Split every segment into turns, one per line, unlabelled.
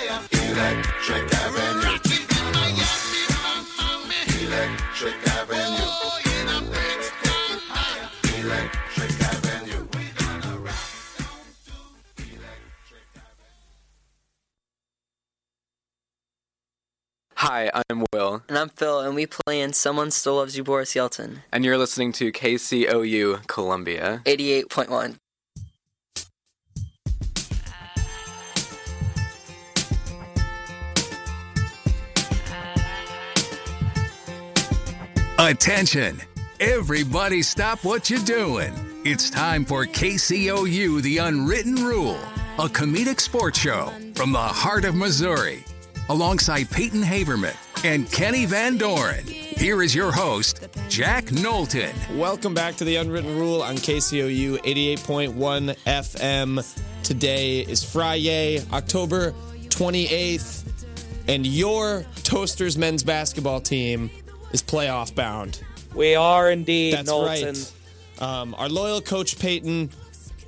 Electric Avenue. Electric Avenue. Electric Avenue.
Hi, I'm Will,
And I'm Phil, and we play in Someone Still Loves You, Boris Yelton,
and you're listening to KCOU Columbia.
88.1.
Attention! Everybody stop what you're doing. It's time for KCOU The Unwritten Rule, a comedic sports show from the heart of Missouri. Alongside Peyton Haverman and Kenny Van Doren, here is your host, Jack Knowlton.
Welcome back to the Unwritten Rule on KCOU 88.1 FM. Today is Friday, October 28th, and your Toasters men's basketball team is playoff bound.
We are indeed,
That's
Knowlton.
right. Um, our loyal coach Peyton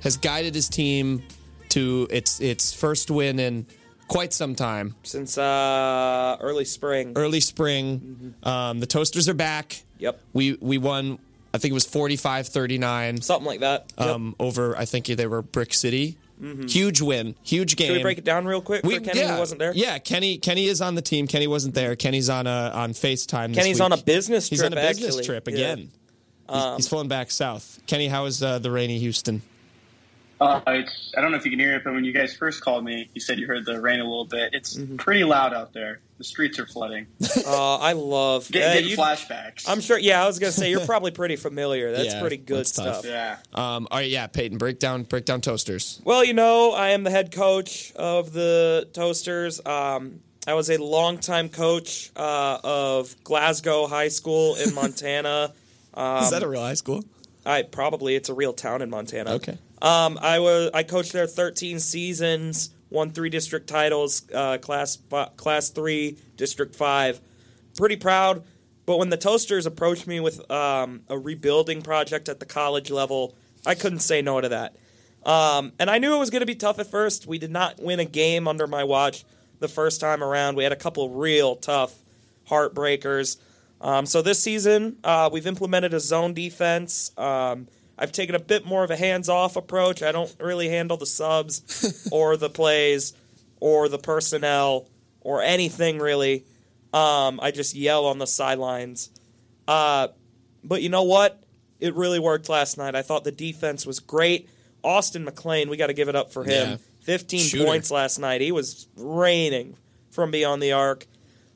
has guided his team to its its first win in quite some time.
Since uh, early spring.
Early spring, um, the Toasters are back.
Yep.
We we won. I think it was 45 39.
Something like that. Yep. Mm-hmm.
um, over I think they were Brick City. Huge win, huge game.
Can we break it down real quick
We-
for Kenny
yeah,
who wasn't there?
Yeah, Kenny Kenny is on the team. Kenny wasn't there. Kenny's on a on FaceTime. this
Kenny's
week.
on a business
He's
trip,
on a business
actually.
trip
Yeah. Um,
again. he's, he's flown back south. Kenny, how is uh, the rainy Houston?
Uh, it's I don't know if you can hear it, but when you guys first called me, you said you heard the rain a little bit. It's pretty loud out there. The streets are flooding.
Uh, I love
Get,
uh,
get
you-
flashbacks.
I'm sure. Yeah, I was gonna say you're probably pretty familiar. That's
Yeah,
pretty good
that's tough.
stuff.
yeah.
Um, all right, yeah, Peyton, break down break down toasters.
Well, you know, I am the head coach of the Toasters. Um, I was a longtime coach uh, of Glasgow High School in Montana.
is
Um,
that a real high school?
I probably it's a real town in Montana.
Okay.
Um, I was I coached there 13 seasons, won three district titles, uh, class fi- class three, district five. Pretty proud. But when the Toasters approached me with um, a rebuilding project at the college level, I couldn't say no to that. Um, and I knew it was going to be tough at first. We did not win a game under my watch the first time around. We had a couple real tough heartbreakers. Um, so this season, uh, we've implemented a zone defense. Um, I've taken a bit more of a hands-off approach. I don't really handle the subs or the plays or the personnel or anything really. Um, I just yell on the sidelines. Uh, but you know what? It really worked last night. I thought the defense was great. Austin McLean, we got to give it up for him.
Yeah.
15
Shooter.
points last night. He was raining from beyond the arc.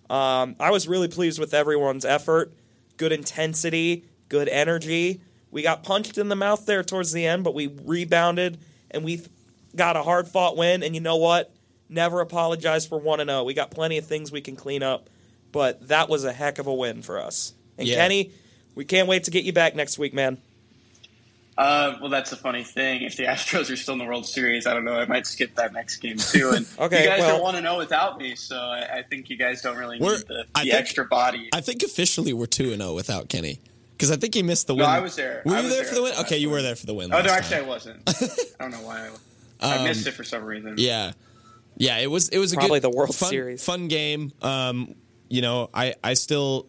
Um, I was really pleased with everyone's effort, good intensity, good energy. We got punched in the mouth there towards the end, but we rebounded and we got a hard fought win. And you know what? Never apologize for 1 0. We got plenty of things we can clean up, but that was a heck of a win for us. And
Yeah.
Kenny, we can't wait to get you back next week, man.
Uh, well, that's the funny thing. If the Astros are still in the World Series, I don't know. I might skip that next game too. And
Okay,
you guys
well-
are one to know without me, so I, I think you guys don't really
We're-
need the,
I
the
think-
extra body.
I think officially we're two and zero without Kenny because I think he missed the win.
I was there.
Were
I
you
was
there,
there
for the win?
last
Okay, you were there for the win.
oh
last
no,
time.
actually, I wasn't. I don't know why. I, I missed it for some reason.
Yeah, yeah. It was it was a
Probably
good,
the World
fun,
Series.
fun game. Um, you know, I I still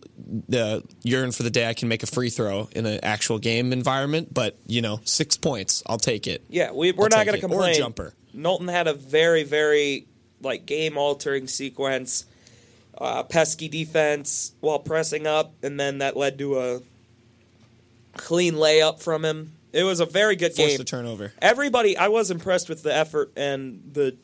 uh, yearn for the day I can make a free throw in an actual game environment. But you know, six points, I'll take it.
Yeah, we, we're
I'll
not
take
going
it. Or
to
a
complain.
jumper.
Knowlton had a very, very like game altering sequence, uh, pesky defense while pressing up, and then that led to a clean layup from him. It was a very good
Force
game.
the turnover.
Everybody, I was impressed with the effort and the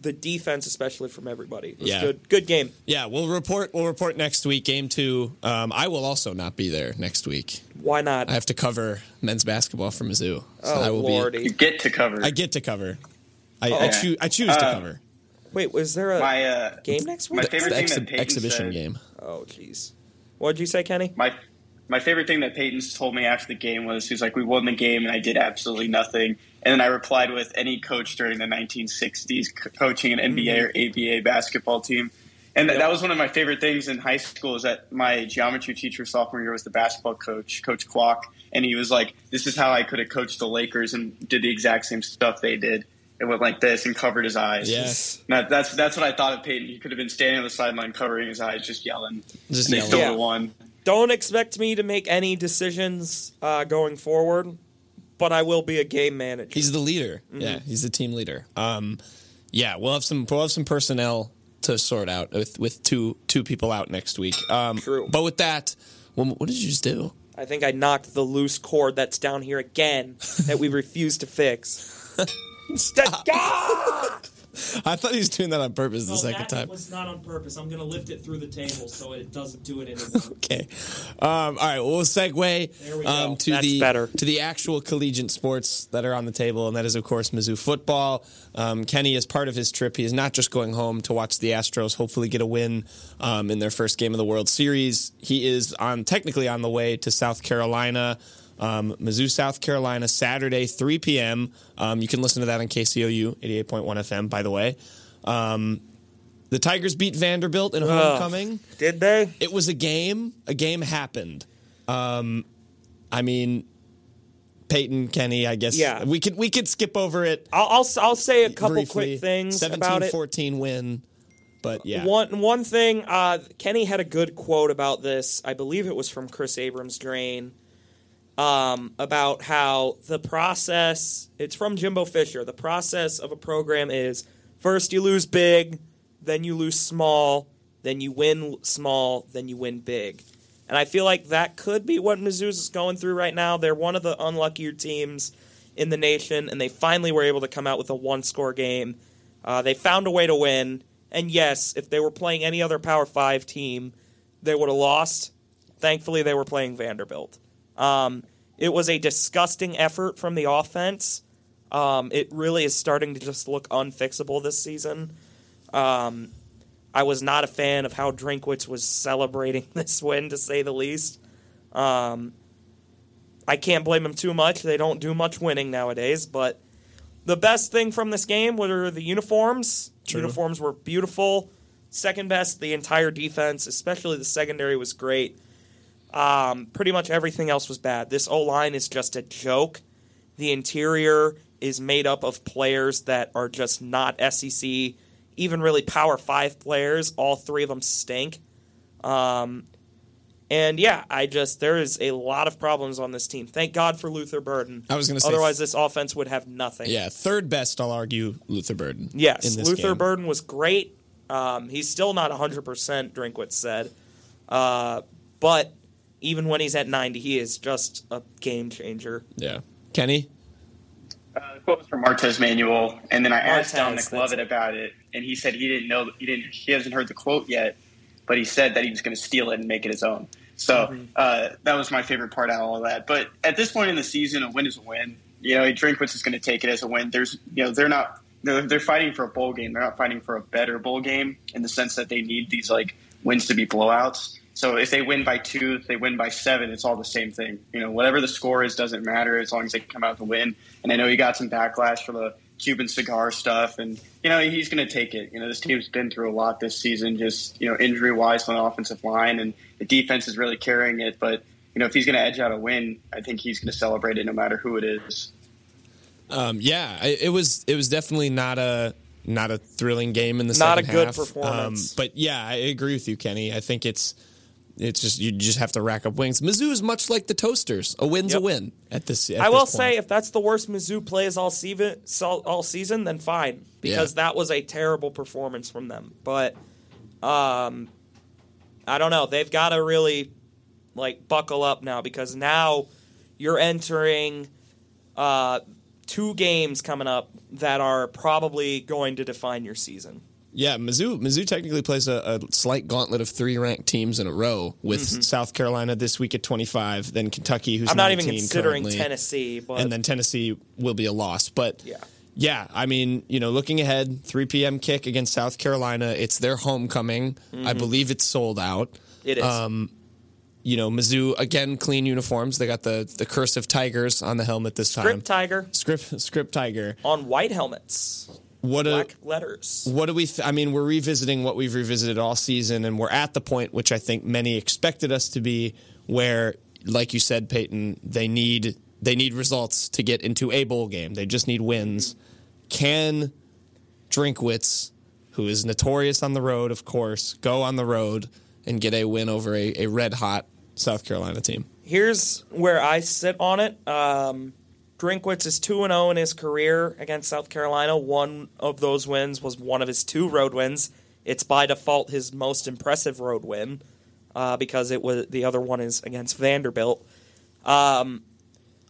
the defense, especially from everybody. It was
Yeah.
good, good game.
Yeah, we'll report. We'll report next week, game two. Um, I will also not be there next week.
Why not?
I have to cover men's basketball for Mizzou. So
oh
I will be-
lordy,
You get to cover.
I get to cover. I, I,
Oh.
choo- I choose to cover.
Wait, was there a
My uh,
game next
my
week?
It's
favorite
the
thing
exhi-
that Peyton
exhibition
said-
game.
Oh, jeez. What'd you say, Kenny?
my my favorite thing that Peyton told me after the game was he's like, "We won the game, and I did absolutely nothing." And then I replied with, "Any coach during the 1960s co- coaching an
Mm-hmm.
NBA or ABA basketball team." And that that was one of my favorite things in high school is that my geometry teacher sophomore year was the basketball coach, Coach Clock, and he was like, "This is how I could have coached the Lakers and did the exact same stuff they did." It went like this and covered his eyes.
Yes.
And that, that's that's what I thought of Peyton. He could have been standing on the sideline covering his eyes, just yelling.
Just
and they
yelling.
still
Yeah.
would have won.
Don't expect me to make any decisions uh, going forward, but I will be a game manager.
He's the leader. Yeah, he's the team leader. Um, yeah, we'll have some we'll have some personnel to sort out with with two two people out next week. Um,
True.
But with that, well, what did you just do?
I think I knocked the loose cord that's down here again that we refuse to fix. Stop.
I thought he was doing that on purpose the
Oh,
second time.
was not on purpose. I'm going to lift it through the table so it doesn't do it anymore.
Okay. Um, all right. Well, we'll segue
There we
um,
go.
to
That's
the
better.
to the actual collegiate sports that are on the table, and that is of course Mizzou football. Um, Kenny is part of his trip. He is not just going home to watch the Astros hopefully get a win um, in their first game of the World Series. He is on technically on the way to South Carolina. Um, Mizzou, South Carolina, Saturday, 3 p.m. Um, you can listen to that on KCOU 88.1 FM, by the way. Um, the Tigers beat Vanderbilt in homecoming
Did they?
it was a game. A game happened. Um, I mean, Peyton, Kenny. I guess.
Yeah.
We could we could skip over it.
I'll, I'll, I'll say a couple
briefly.
quick things
17,
about it.
14 win. But yeah.
One one thing, uh, Kenny had a good quote about this. I believe it was from Chris Abrams Drain um, about how the process. It's from Jimbo Fisher. The process of a program is first you lose big, then you lose small, then you win small, then you win big. And I feel like that could be what Mizzou's is going through right now. They're one of the unluckier teams in the nation, and they finally were able to come out with a one score game. Uh, they found a way to win. And yes, if they were playing any other Power Five team, they would have lost. Thankfully, they were playing Vanderbilt. Um, it was a disgusting effort from the offense. Um, it really is starting to just look unfixable this season. Um, I was not a fan of how Drinkwitz was celebrating this win, to say the least. Um, I can't blame him too much. They don't do much winning nowadays, but the best thing from this game were the uniforms. Uniforms were beautiful. Second best, the entire defense, especially the secondary, was great. Um, pretty much everything else was bad. This O line is just a joke. The interior is made up of players that are just not SEC, even really Power Five players. All three of them stink. Um, and yeah, I just there is a lot of problems on this team. Thank God for Luther Burden.
I was gonna say-
otherwise this offense would have nothing.
yeah. Third best, I'll argue, Luther Burden.
Yes,
in this
Luther
game.
Burden was great. Um, he's still not 100%, Drinkwitz said. Uh, but even when he's at 90, he is just a game changer.
Yeah. Kenny.
Uh, the quote was from Martez Manuel, and then I asked
Martez,
Dominic
that's
Lovett
it.
about it, and he said he didn't know, he didn't, he hasn't heard the quote yet, but he said that he was going to steal it and make it his own. So uh, that was my favorite part out of all that. But at this point in the season, a win is a win. You know, Drinkwitz is going to take it as a win. There's, you know, they're not, they're, they're fighting for a bowl game. They're not fighting for a better bowl game in the sense that they need these like wins to be blowouts. So if they win by two, if they win by seven, it's all the same thing. You know, whatever the score is doesn't matter as long as they come out to win. And I know he got some backlash for the Cuban cigar stuff, and you know he's going to take it. You know, this team's been through a lot this season, just you know injury wise on the offensive line, and the defense is really carrying it. But you know, if he's going to edge out a win, I think he's going to celebrate it no matter who it is.
Um, yeah. I- It was it was definitely not a not a thrilling game in the
Not
second
a good
half.
performance.
Um, but yeah, I agree with you, Kenny. I think it's. It's just you just have to rack up wins. Mizzou is much like the Toasters. A win's a
Yep.
win at this. At
I
this
will
point.
say, if that's the worst Mizzou plays all season, all season, then fine, because that was a terrible performance from them. But um, I don't know. They've got to really like buckle up now because now you're entering uh, two games coming up that are probably going to define your season.
Yeah, Mizzou. Mizzou technically plays a, a slight gauntlet of three ranked teams in a row, with South Carolina this week at twenty five, then Kentucky, who's
Mm-hmm. I'm not
19
even considering
currently,
Tennessee, but
and then Tennessee will be a loss. But
Yeah.
yeah, I mean, you know, looking ahead, 3 p.m. kick against South Carolina. It's their homecoming. I believe it's sold out.
It is.
Um, You know, Mizzou again, clean uniforms. They got the the curse of tigers on the helmet this time.
Grip Tiger
script script tiger.
on white helmets,
What a
black letters.
what do we? Th- I mean, we're revisiting what we've revisited all season, and we're at the point which I think many expected us to be, where, like you said, Peyton, they need they need results to get into a bowl game. They just need wins. Can Drinkwitz, who is notorious on the road, of course, go on the road and get a win over a, a red hot South Carolina team?
Here's where I sit on it. Um, Drinkwitz is 2 0 in his career against South Carolina. One of those wins was one of his two road wins. It's by default his most impressive road win uh, because it was the other one is against Vanderbilt. Um,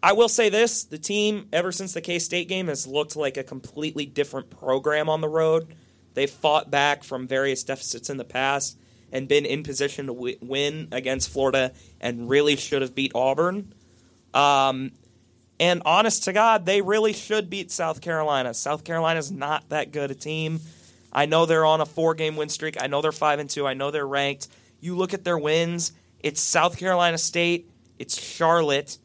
I will say this the team, ever since the K State game, has looked like a completely different program on the road. They've fought back from various deficits in the past and been in position to w- win against Florida and really should have beat Auburn. Um, And honest to God, they really should beat South Carolina. South Carolina's not that good a team. I know they're on a four game win streak. I know they're five and two. I know they're ranked. You look at their wins, it's South Carolina State, it's Charlotte,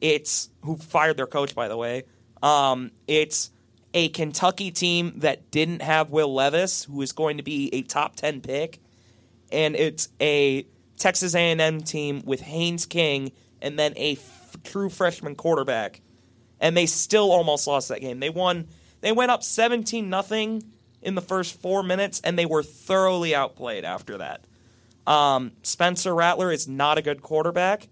it's who fired their coach, by the way. Um, it's a Kentucky team that didn't have Will Levis, who is going to be a top ten pick and it's a Texas A&M team with Haynes King and then a f- true freshman quarterback, and they still almost lost that game. They won. They went up seventeen nothing in the first four minutes, and they were thoroughly outplayed after that. Um, Spencer Rattler is not a good quarterback.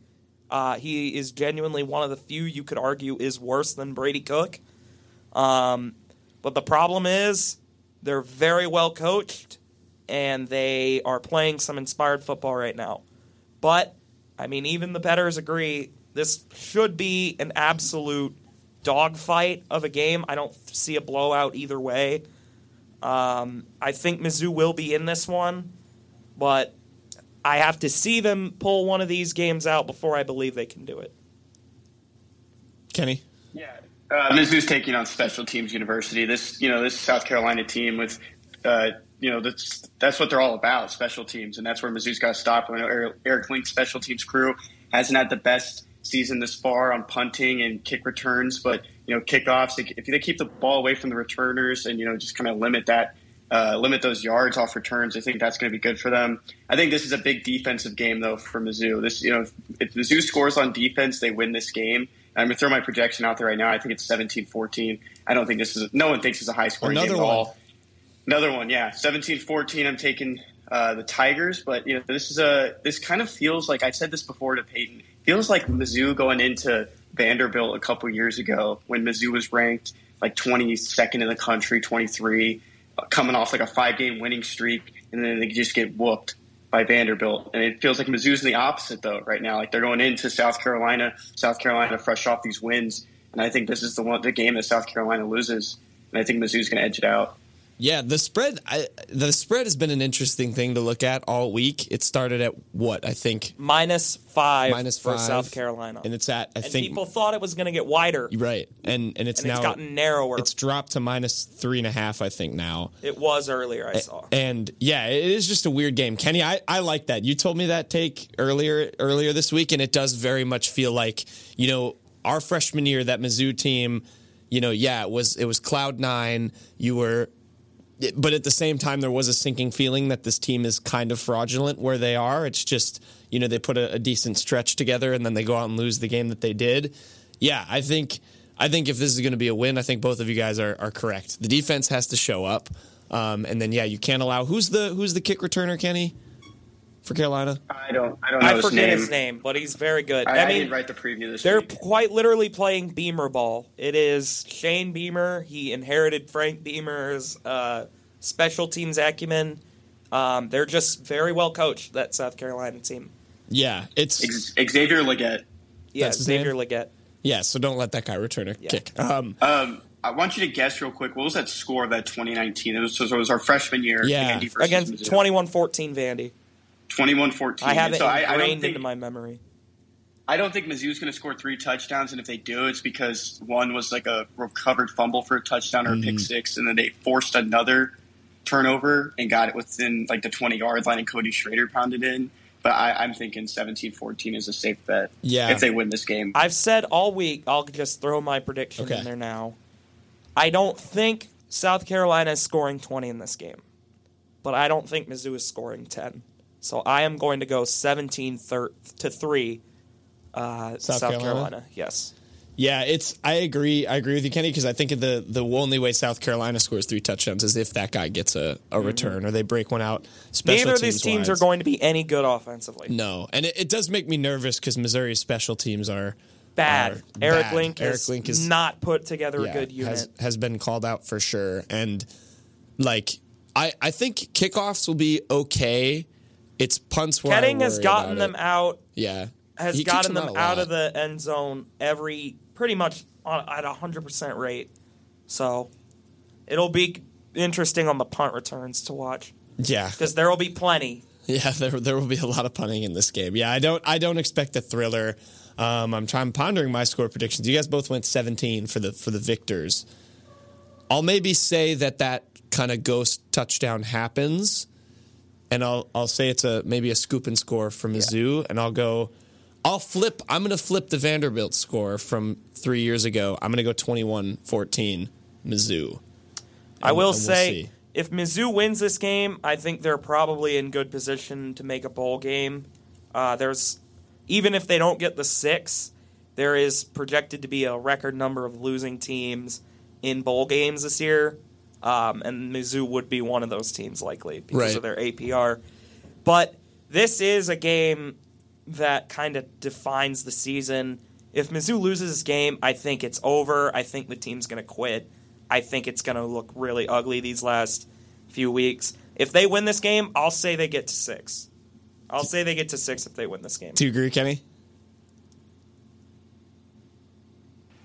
Uh, he is genuinely one of the few you could argue is worse than Brady Cook. Um, but the problem is they're very well coached and they are playing some inspired football right now. But I mean, even the betters agree this should be an absolute dogfight of a game. I don't see a blowout either way. Um, I think Mizzou will be in this one, but I have to see them pull one of these games out before I believe they can do it.
Kenny,
Yeah, uh, Mizzou's taking on Special Teams University. This, you know, this South Carolina team with, uh, you know, that's that's what they're all about, special teams, and that's where Mizzou's got to stop. I know Eric- Eric Link's special teams crew hasn't had the best season this far on punting and kick returns, but you know, kickoffs. They, if they keep the ball away from the returners and you know, just kind of limit that. Uh, limit those yards off returns. I think that's going to be good for them. I think this is a big defensive game though for Mizzou. This, you know, if, if Mizzou scores on defense, they win this game. I'm going to throw my projection out there right now. I think it's 17-14. I don't think this is no one thinks it's a high scoring
Another
game at
one.
all. Another one, yeah. 17-14, I'm taking uh, the Tigers, but you know, this is a this kind of feels like I said this before to Peyton. Feels like Mizzou going into Vanderbilt a couple years ago when Mizzou was ranked like 22nd in the country, 23, uh, coming off like a five-game winning streak, and then they just get whooped by Vanderbilt. And it feels like Mizzou's the opposite though right now. Like they're going into South Carolina, South Carolina fresh off these wins, and I think this is the one the game that South Carolina loses, and I think Mizzou's going to edge it out.
Yeah, the spread. I, the spread has been an interesting thing to look at all week. It started at what I think
Minus five,
minus
for
five
South Carolina.
and it's at I
And
think
people thought it was going to get wider, and
right, and and it's
it's
now
gotten narrower.
it's dropped to minus three and a half. I think now,
It was earlier, I saw.
and yeah, it is just a weird game. Kenny, I I like that. You told me that take earlier earlier this week, and it does very much feel like you know our freshman year that Mizzou team. You know, yeah, it was it was cloud nine. You were but at the same time, there was a sinking feeling that this team is kind of fraudulent where they are. It's just, you know, they put a, a decent stretch together and then they go out and lose the game that they did. Yeah, I think I think if this is going to be a win, I think both of you guys are, are correct. The defense has to show up. Um, and then yeah, you can't allow who's the who's the kick returner, Kenny? For Carolina?
I don't. I don't know
I
his
forget
name.
his name, but he's very good.
I,
I,
I
mean,
didn't write the preview this
they're
week.
quite literally playing Beamer ball. It is Shane Beamer. He inherited Frank Beamer's uh, special teams acumen. Um, they're just very well coached. That South Carolina team.
Yeah. It's
Ex- Xavier Leggett.
Yeah,
That's his
Xavier
name?
Leggett.
yeah, so don't let that guy return a kick. Um
Um, I want you to guess real quick. What was that score of that 2019? It was, so it was our freshman year.
Yeah.
Vandy versus
Against
Mizzou.
21 14 Vandy.
21-14.
I have it
so I, I
ingrained
don't think,
into my memory.
I don't think Mizzou's going to score three touchdowns, and if they do, it's because one was like a recovered fumble for a touchdown or a
Mm.
pick six, and then they forced another turnover and got it within like the 20 yard line, and Cody Schrader pounded in. But I, I'm thinking 17 14 is a safe bet
Yeah.
if they win this game.
I've said all week, I'll just throw my prediction
Okay.
in there now. I don't think South Carolina is scoring 20 in this game, but I don't think Mizzou is scoring 10. So I am going to go 17 thir- to 3 uh, South, Carolina.
Carolina?
Yes.
Yeah, it's. I agree. I agree with you, Kenny, because I think the the only way South Carolina scores three touchdowns is if that guy gets a, a return or they break one out. Special
Mm-hmm. Neither of these teams
teams-wise.
are going to be any good offensively.
No, and it, it does make me nervous because Missouri's special teams are
Bad.
are
Eric
bad.
Link
Eric
has
Link is-
not put together a good unit.
has has been called out for sure, and like I I think kickoffs will be okay. It's punts where I
Ketting has
worry
gotten
about
them
it.
out
Yeah,
has
He keeps
gotten them
a
out of
lot.
the end zone every pretty much on, at a hundred percent rate. So it'll be interesting on the punt returns to watch
yeah
because there will be plenty.
Yeah, there there will be a lot of punting in this game. Yeah, I don't I don't expect a thriller. Um, I'm trying pondering my score predictions. You guys both went 17 for the for the victors. I'll maybe say that that kind of ghost touchdown happens, and I'll I'll say it's a maybe a scoop and score from Mizzou, and I'll go. I'll flip. I'm going to flip the Vanderbilt score from three years ago. I'm going to go 21-14 Mizzou.
I will
we'll
say,
see.
if Mizzou wins this game, I think they're probably in good position to make a bowl game. Uh, there's even if they don't get the six, there is projected to be a record number of losing teams in bowl games this year, um, and Mizzou would be one of those teams likely because
Right.
of their APR. But this is a game that kind of defines the season. If Mizzou loses this game, I think it's over. I think the team's going to quit. I think it's going to look really ugly these last few weeks. If they win this game, I'll say they get to six. I'll say they get to six if they win this game.
Do you agree, Kenny?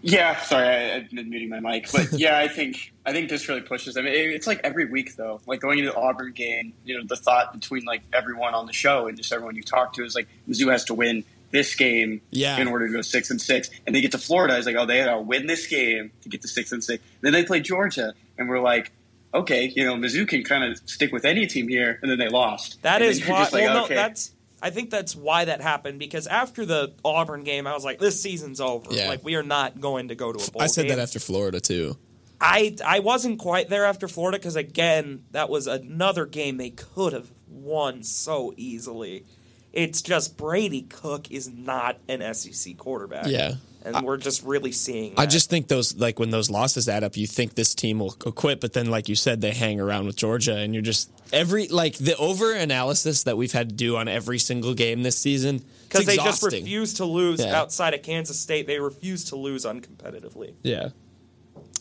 Yeah, sorry, I, I've been muting my mic, but yeah, I think I think this really pushes them. It, it's like every week though, like going into the Auburn game, you know, the thought between like everyone on the show and just everyone you talk to is like Mizzou has to win this game
Yeah.
in order to go six and six, and they get to Florida, it's like oh they gotta win this game to get to six and six. then they play Georgia, and we're like. Okay, you know Mizzou can kind of stick with any team here, and then they lost.
That
And
is
then you're
why.
just like,
well, no,
okay.
that's. I think that's why that happened because after the Auburn game, I was like, "This season's over.
Yeah.
Like, we are not going to go to a bowl."
I said
game.
that after Florida too.
I I wasn't quite there after Florida because again, that was another game they could have won so easily. It's just Brady Cook is not an SEC quarterback.
Yeah.
and we're just really seeing.
I
that.
just think those like when those losses add up, you think this team will quit, but then like you said, they hang around with Georgia, and you're just every like the over analysis that we've had to do on every single game this season it's
because they just
exhausting.
refuse to lose
Yeah.
outside of Kansas State. They refuse to lose uncompetitively.
Yeah,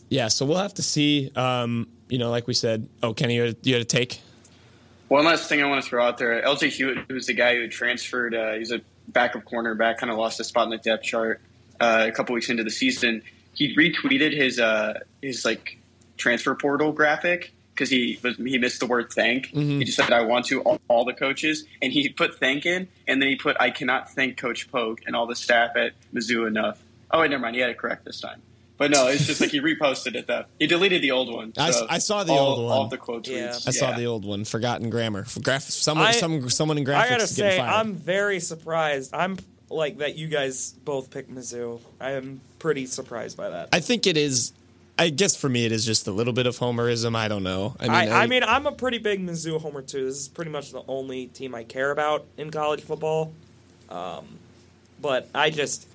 yeah. So we'll have to see. Um, you know, like we said. Oh, Kenny, you had, you had a take.
One last thing I want to throw out there: LJ Hewitt, who's the guy who had transferred, uh, he's a backup cornerback, kind of lost his spot in the depth chart uh, a couple weeks into the season. He retweeted his uh, his like transfer portal graphic because he was he missed the word thank.
Mm-hmm.
He just said, "I want to all, all the coaches," and he put thank in, and then he put, "I cannot thank Coach Pogue and all the staff at Mizzou enough." Oh wait, never mind. He had it correct this time. But no, it's just like he reposted it though. He deleted the old one.
I s-
so
I saw the
all-
old
All
one.
of the quote tweets.
Yeah.
I saw
Yeah.
the old one, forgotten grammar. For graph, someone,
I-
some, someone in graphics
I gotta
is getting
say,
fired.
I'm very surprised. I'm like that. You guys both picked Mizzou. I am pretty surprised by that.
I think it is. I guess for me, it is just a little bit of homerism. I don't know. I mean,
I, I mean, I'm a pretty big Mizzou homer too. This is pretty much the only team I care about in college football. Um, but I just,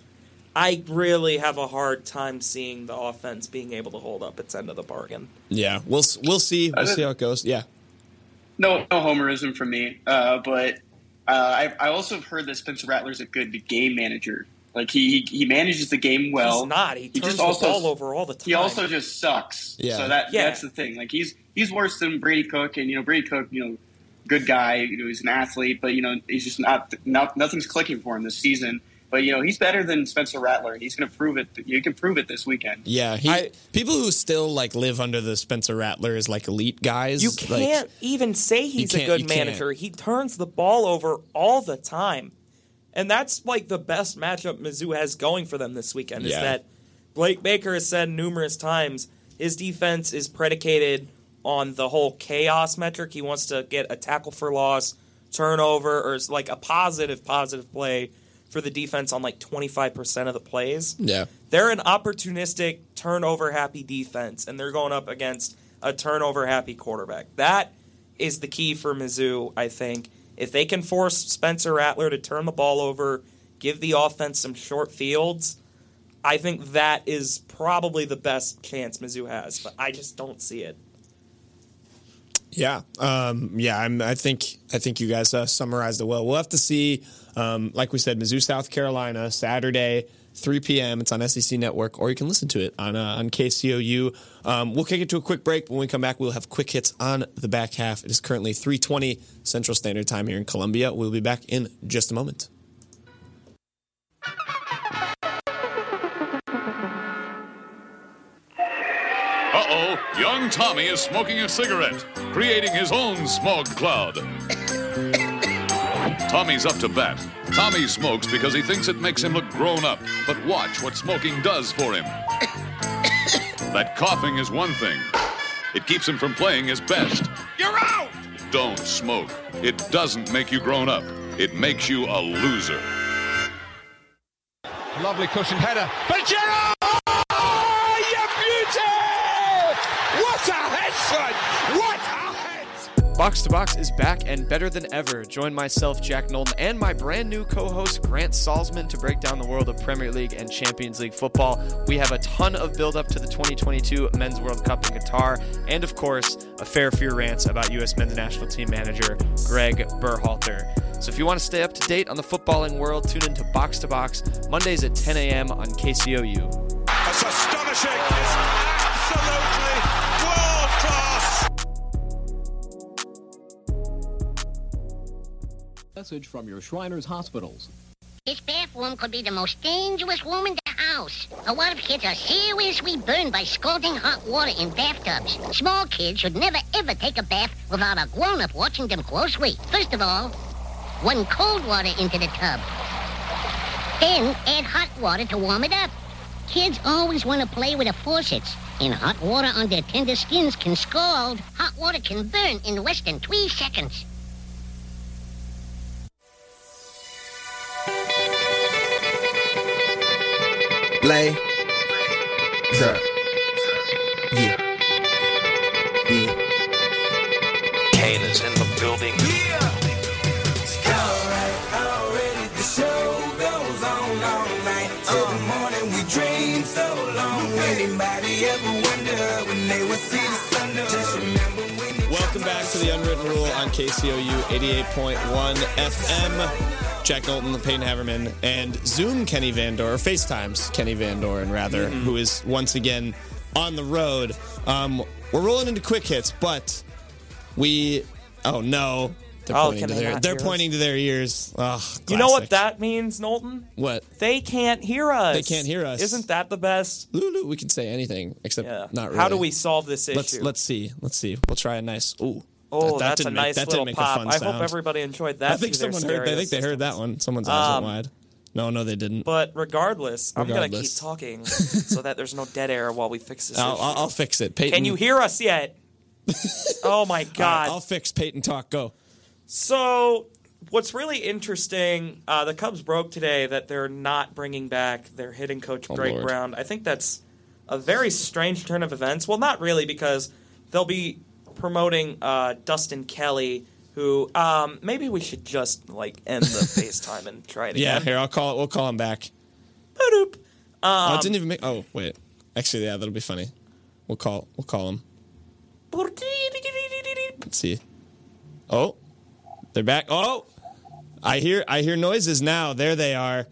I really have a hard time seeing the offense being able to hold up its end of the bargain.
yeah. We'll s- we'll see. We'll
did-
see how it goes. Yeah.
no, no homerism from me. Uh, but uh, I, I also have heard that Spencer Rattler's a good game manager. Like he he, he manages the game well.
He's not. He turns the ball over all the time.
He also just sucks.
Yeah.
So that
Yeah.
that's the thing. Like he's he's worse than Brady Cook, and you know Brady Cook, you know, good guy. You know, he's an athlete, but you know he's just not, not nothing's clicking for him this season. But you know he's better than Spencer Rattler. He's going to prove it. You can prove it this weekend.
Yeah, he,
I-
people who still like live under the Spencer Rattler is like elite guys.
You
like,
can't even say he's a
can't- you
good
can't.
manager. He turns the ball over all the time. And that's like the best matchup Mizzou has going for them this weekend is
Yeah.
that Blake Baker has said numerous times his defense is predicated on the whole chaos metric. He wants to get a tackle for loss, turnover, or like a positive, positive play for the defense on like 25% of the plays
Yeah.
they're an opportunistic turnover happy defense and they're going up against a turnover happy quarterback that is the key for mizzou i think if they can force spencer rattler to turn the ball over give the offense some short fields i think that is probably the best chance mizzou has but i just don't see it
Yeah, um, yeah. I'm, I think I think you guys uh, summarized it well. We'll have to see. Um, like we said, Mizzou, South Carolina, Saturday, 3 p.m. It's on SEC Network, or you can listen to it on uh, on KCOU. Um, we'll kick it to a quick break. When we come back, we'll have quick hits on the back half. It is currently 3:20 Central Standard Time here in Columbia. We'll be back in just a moment.
Uh oh, young Tommy is smoking a cigarette, creating his own smog cloud. Tommy's up to bat. Tommy smokes because he thinks it makes him look grown up, but watch what smoking does for him. that coughing is one thing, it keeps him from playing his best. You're out! Don't smoke. It doesn't make you grown up, it makes you a loser.
Lovely cushion header. But Gerard! You beauty! What a head, son! What a head!
Box to Box is back and better than ever. Join myself, Jack Nolan, and my brand new co host, Grant Salzman, to break down the world of Premier League and Champions League football. We have a ton of build up to the 2022 Men's World Cup in Qatar, and of course, a fair few rants about U.S. men's national team manager Greg Berhalter. So if you want to stay up to date on the footballing world, tune into Box to Box Mondays at 10 a.m. on KCOU.
It's astonishing! It's absolutely world class!
Message from your Shriners Hospitals.
This bathroom could be the most dangerous room in the house. A lot of kids are seriously burned by scalding hot water in bathtubs. Small kids should never ever take a bath without a grown-up watching them closely. First of all, run cold water into the tub. Then add hot water to warm it up. Kids always want to play with the faucets, and hot water on their tender skins can scald. Hot water can burn in less than three seconds.
Blazer. Yeah. Yeah. Kane is in the building.
Welcome back to the Unwritten Rule on KCOU 88.1 FM. Jack Knowlton, Peyton Haverman, and Zoom Kenny Van Dorn, or FaceTimes Kenny Van Doren, rather,
Mm-hmm.
Mhm.
who is once again on the road. Um, we're rolling into quick hits, but we. Oh, no. They're
Oh,
pointing
can
to
they
their,
not
they're
hear us?
pointing to their ears. Ugh,
you know what
classic.
that means knowlton
What?
they can't hear us
They can't hear us.
isn't that the best
Lulu, we can say anything except not really.
How do we solve this
Let's,
issue?
let's see. Let's see. We'll try a nice. Ooh. That-
Oh,
that
that's a
didn't make-
nice
that didn't
little
make a
pop.
fun
I
sound.
hope everybody enjoyed that.
I think
through their
someone heard. I
stereo
think they
system.
heard that one. Someone's eyes
Um,
went wide. No, Oh, no, they didn't.
But regardless, I'm gonna
Regardless.
keep talking so that there's no dead air while we fix this.
I'll,
issue.
I'll, I'll fix it. Peyton,
Can you hear us yet? oh my god!
I'll fix Peyton talk. Go.
So, what's really interesting, uh, the Cubs broke today that they're not bringing back their hitting coach
Oh,
Greg
Lord.
Brown. I think that's a very strange turn of events. Well, not really, because they'll be promoting uh, Dustin Kelly, who um, maybe we should just like end the FaceTime and try it
Yeah,
again.
here I'll call it. We'll call him back.
Um,
oh, it didn't even make. Oh wait, actually, yeah, that'll be funny. We'll call. We'll call him. Let's see. Oh, they're back. Oh, I hear. I hear noises now. There they are.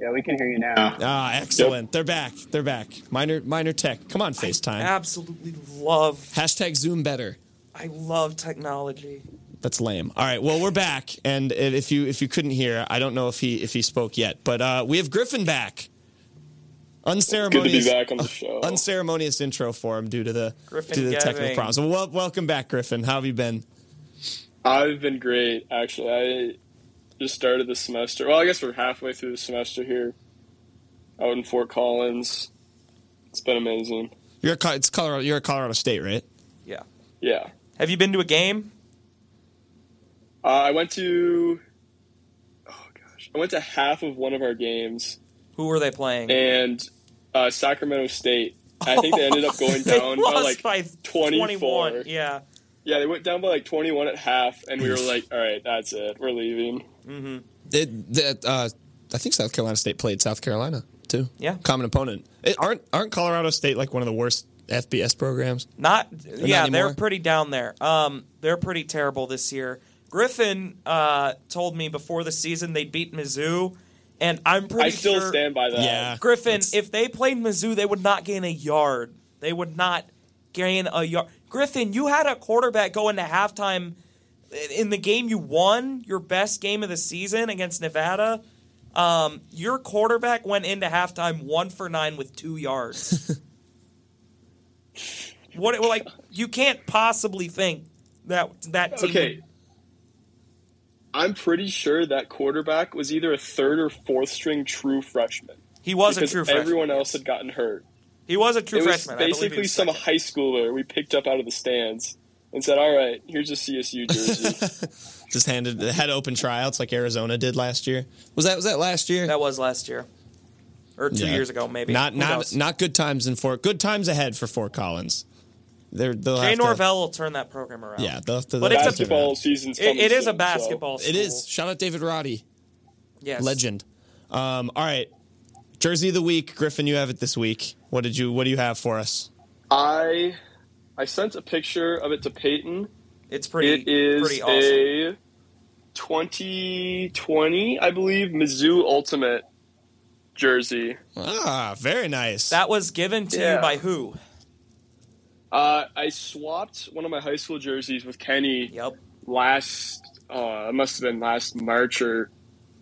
Yeah, we can hear you now.
Ah, excellent. They're back. They're back. Minor, minor tech. Come on, FaceTime.
absolutely love.
Hashtag Zoom better.
I love technology.
That's lame. All right. Well, we're back, and if you if you couldn't hear, I don't know if he if he spoke yet, but uh, we have Griffin back. Unceremonious,
back on the show.
unceremonious intro for him due to the
Griffin
due to the technical
Gavin.
problems. Well, wel- welcome back, Griffin. How have you been?
I've been great, actually. I
just started the semester. Well, I guess we're halfway through the semester here, out in Fort Collins. It's been amazing.
You're a, Co- it's Colorado. You're a Colorado State, right?
Yeah.
Yeah.
Have you been to a game?
Uh, I went to. Oh gosh, I went to half of one of our games,
Who were they playing?
and uh, Sacramento State. I think they ended up going
They
down by
lost
like
by
24.
21. Yeah.
Yeah, they went down by like 21 at half, and we were like, all right, that's it. We're leaving.
Mm-hmm.
It, that, uh, I think South Carolina State played South Carolina too.
Yeah.
Common opponent. It, aren't aren't Colorado State like one of the worst FBS programs?
Not
not
yeah,
anymore?
they're pretty down there. Um, they're pretty terrible this year. Griffin uh, told me before the season they beat Mizzou, and I'm pretty.
I still
sure-
stand by that. Yeah.
Uh, Griffin, if they played Mizzou, they would not gain a yard. They would not gain a yard. Griffin, you had a quarterback go into halftime in the game you won, your best game of the season against Nevada. Um, your quarterback went into halftime one for nine with two yards. what like you can't possibly think that that team
Okay. I'm pretty sure that quarterback was either a third or fourth string true freshman.
He was a
Because
true freshman,
Everyone else had gotten hurt.
He was a true
it
freshman. I believe
Was
he was
basically some high schooler we picked up out of the stands and said, "All right, here's a CSU jersey."
Just handed had open tryouts like Arizona did last year. Was that was that last year?
That was last year, or two
Yeah.
years ago maybe.
Not
Who
not
knows?
not good times in Fort. Good times ahead for Fort Collins. They're they'll
Jay
have to-
Norvell will turn that program around.
Yeah, they'll have to.
But
they'll
it's a-
have to figure
Basketball
out.
season's
It- it is a basketball.
It is. Shout out David Roddy.
Yes.
Legend. Um, all right. Jersey of the week, Griffin. You have it this week. What did you What do you have for us?
I I sent a picture of it to Peyton.
It's pretty-
It is
pretty
a 2020, I believe, Mizzou Ultimate jersey.
Ah, very nice.
That was given to
Yeah.
you by who?
Uh, I swapped one of my high school jerseys with Kenny.
Yep.
Last, uh, it must have been last March or.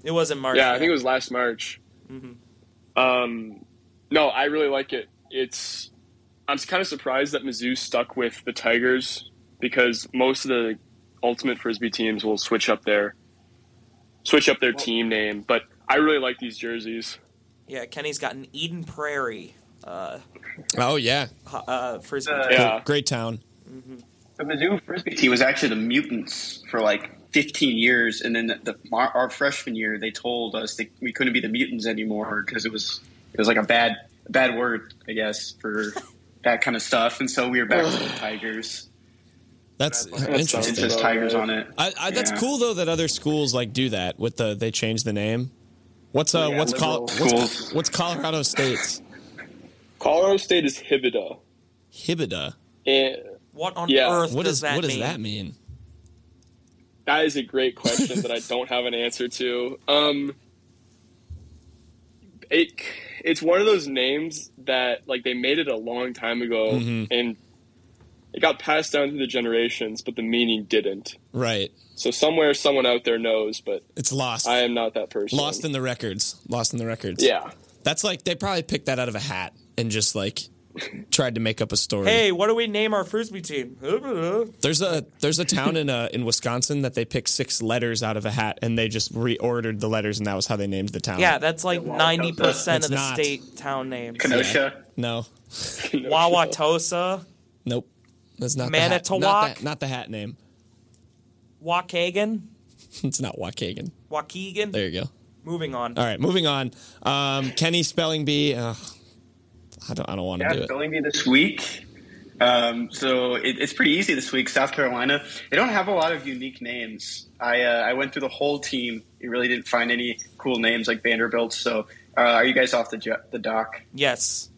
It wasn't March.
Yeah, I think it was last March.
Mhm.
Um, no, I really like it. It's. I'm kind of surprised that Mizzou stuck with the Tigers because most of the ultimate frisbee teams will switch up their switch up their team name. But I really like these jerseys.
Yeah, Kenny's got an Eden Prairie uh,
Oh yeah,
hu- uh, frisbee.
Great, great town.
The Mizzou frisbee team was actually the mutants for like 15 years, and then the, the, our, our freshman year they told us that we couldn't be the mutants anymore because it was it was like a bad bad word, I guess, for that kind of stuff, and so we were back to the Tigers.
That's
That sounds
interesting.
about It says Tigers right. on it.
I, I, that's
Yeah.
cool though that other schools like do that with the they change the name. What's uh
Yeah,
what's,
liberal
Col-
schools.
what's what's Colorado State's
Colorado State is Hibida.
Hibida?
And
what on
yeah.
earth
What
does
is-
that
what does
mean?
that mean?
That is a great question that I don't have an answer to. Um, it it's one of those names that like they made it a long time ago,
Mhm.
and it got passed down through the generations, but the meaning didn't.
Right,
So somewhere, someone out there knows, but
it's lost.
I am not that person.
Lost in the records. Lost in the records.
Yeah.
That's like they probably picked that out of a hat and just like tried to make up a story.
Hey, what do we name our frisbee team?
There's a there's a town in uh, in Wisconsin that they picked six letters out of a hat and they just reordered the letters and that was how they named the town.
Yeah, that's like ninety percent
It's
of the
not.
state town names.
Kenosha? No.
Wawatosa,
Nope. That's not The hat, not,
Manitowoc?
that, not the hat name.
Waukegan,
it's not Waukegan.
Waukegan.
There you go.
Moving on.
All right, moving on. Um, Kenny Spelling Bee. Uh, I don't. I don't want to
Yeah,
do it.
spelling bee this week. Um, so it, it's pretty easy this week. South Carolina, they don't have a lot of unique names. I uh, I went through the whole team. You really didn't find any cool names like Vanderbilt. So uh, are you guys off the jo- the dock?
Yes.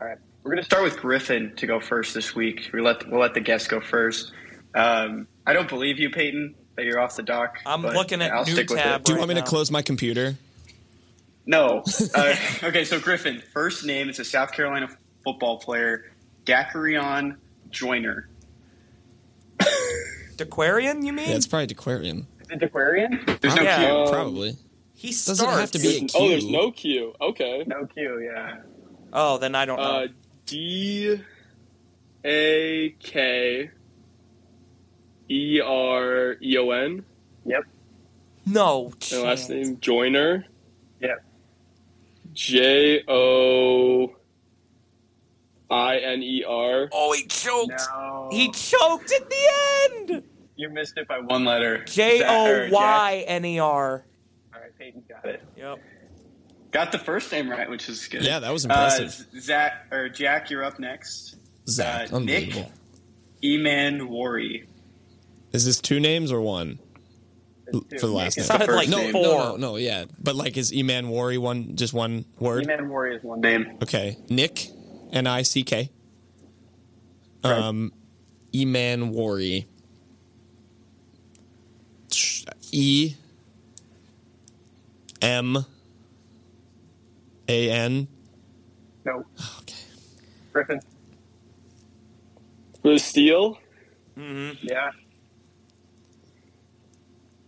All right. We're going to start with Griffin to go first this week. We let we'll let the guests go first. Um, I don't believe you, Peyton, that you're off the dock.
I'm
but
looking at
I'll
new
stick with it.
do you want me to close my computer?
No. Uh, okay, so Griffin, first name is a South Carolina football player, Dacarion Joyner.
Dequarian, you mean?
Yeah, it's probably Dequarian.
The Aquarian? There's
probably,
no Q.
Um,
probably.
He
Doesn't have to be a
Oh, there's
Q.
no Q. Okay.
No Q. Yeah.
Oh, then I don't know.
Uh, D A K E R E O N.
Yep.
No.
Their last name Joiner.
Yeah.
J O I N E R.
Oh, he choked. He choked at the end.
Oh, You missed it by one letter.
J O Y N E R.
All right, Peyton got it.
Yep.
Got the first name right, which is good.
Yeah, that was
Uh,
impressive.
Zach or Jack, you're up next.
Zach,
Uh, Nick
unbelievable.
Eman Worry.
Is this two names or one? For the last
It
name.
sounded like
no,
four.
no, no, no, yeah. But like, is Eman Worry one just one word?
Eman Worry is one name.
Okay, Nick, N I C K. Um, Eman Worry. Sh- E. M. A N.
No. Okay. Griffin.
The Steel.
Mm-hmm.
Yeah.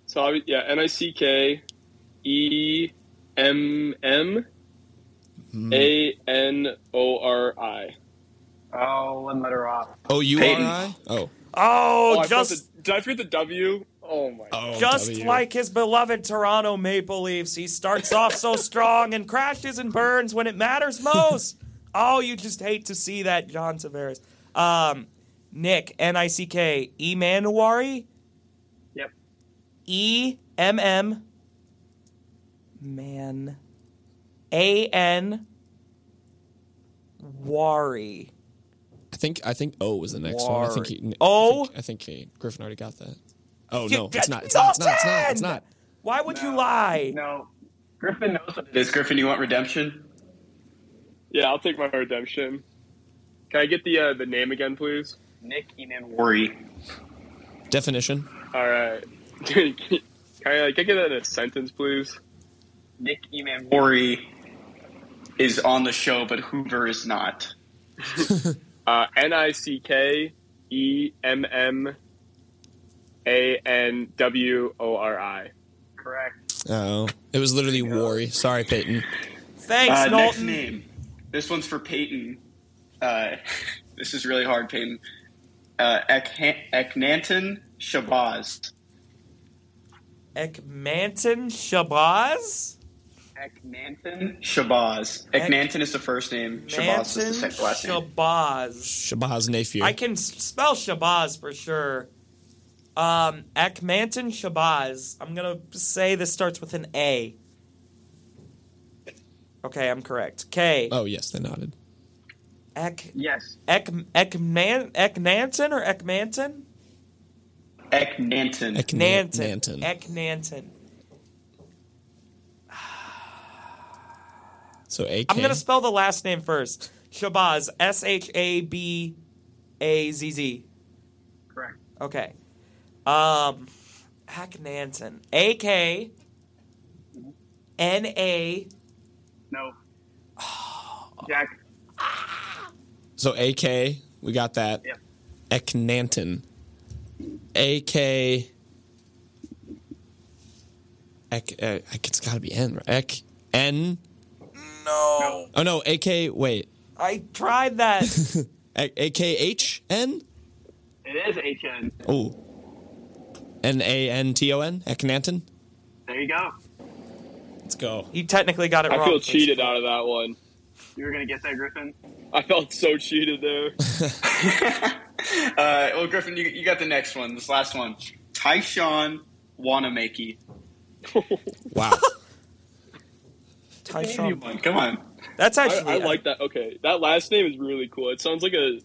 So obvi- yeah, N I C K E M M
Mm-hmm.
A N O R I.
Oh, one letter off.
O U R I. Oh.
Oh,
I forgot
just-
the- did I forget the W? Oh my!
Oh,
Just like his beloved Toronto Maple Leafs, he starts off so strong and crashes and burns when it matters most. oh, you just hate to see that, John Tavares. Um, Nick, N I C K, E Manuari?
Yep.
E M M. Man. A N. Wari.
I think I think O was the next one. I think he,
Oh,
O?
I think, I think he, Griffin already got that. Oh
Oh? You
no,
got
it's not. It's not. It's not. It's not. It's
nothing!
not.
Why would you lie?
No. Griffin knows what it is. Griffin, you want redemption?
Yeah, I'll take my redemption. Can I get the uh, the name again, please?
Nick Enan Worry.
Definition.
All right. can I like, can I get that in a sentence, please?
Nick Eman Worry is on the show, but Hoover is not.
Uh, N I C K E M M A N W O R I.
Correct.
Oh, it was literally Worry. Sorry, Peyton.
Thanks,
uh, Next
Knowlton.
name. This one's for Peyton. Uh, this is really hard, Peyton. Uh, Ekhan- Eknanton Shabazz.
Ekmanton Shabazz?
Eknanton Shabazz. Eknanton is the first name. Shabazz is the second last name.
Manton Shabazz.
Shabazz Napier.
I can s- spell Shabazz for sure. Um, Ekmanton Shabazz. I'm gonna say this starts with an A. Okay, I'm correct. K.
Oh yes, they nodded.
Ek.
Yes.
Ek. Ekman. Eknanton or Ekmanton?
Eknanton.
Nanton. Eknanton.
So AK.
I'm gonna spell the last name first. Shabazz. S H A B A Z Z.
Correct.
Okay. Um, Hack Nansen. A K N A.
No. Jack.
so AK. We got that.
Yep.
Eknanton. AK. Ek. Uh, ek- it's got to be N. Right? Ek. N.
No.
Oh no. AK. Wait.
I tried that.
A K H N.
It is HN.
Oh. N A N T O N? Eknanton?
There you go.
Let's go.
you technically got it
I
wrong.
feel cheated out of that one.
You were going to get that, Griffin?
I felt so cheated there.
Uh, well, Griffin, you, you got the next one. This last one. Tyshawn Wanamaker.
Wow.
Tyshawn.
Oh, Come on.
That's
I,
actually.
I like that. Okay, that last name is really cool. It sounds like a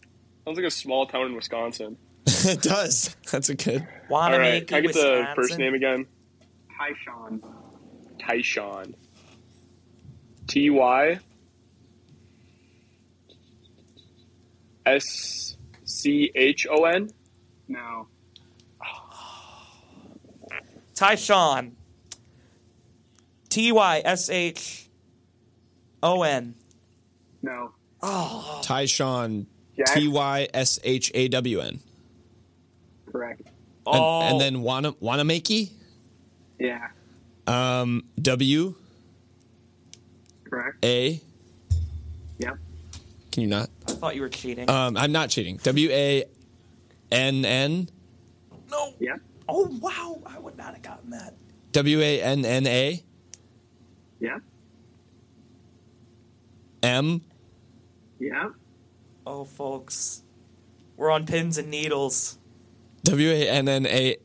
sounds like a small town in Wisconsin.
it does. That's a good.
All
Wanamaker,
right, can I get
Wisconsin.
the first name again?
Tyshawn.
Tyshawn. T Y S C H O N.
No.
Tyshawn. T Y S H O N.
No.
Oh,
Tyshawn.
Jack?
T Y S H A W N.
Correct.
And-
Oh.
And then Wana- Wanamaki?
Yeah.
Um, W
Correct.
A.
Yep.
Can you not?
I thought you were cheating.
Uh,
Um, I'm not cheating. W A N N
no.
Yep.
Oh wow, I would not have gotten that.
W A N N A
Yeah.
M.
Yeah.
Oh, folks, we're on pins and needles.
W A N N A.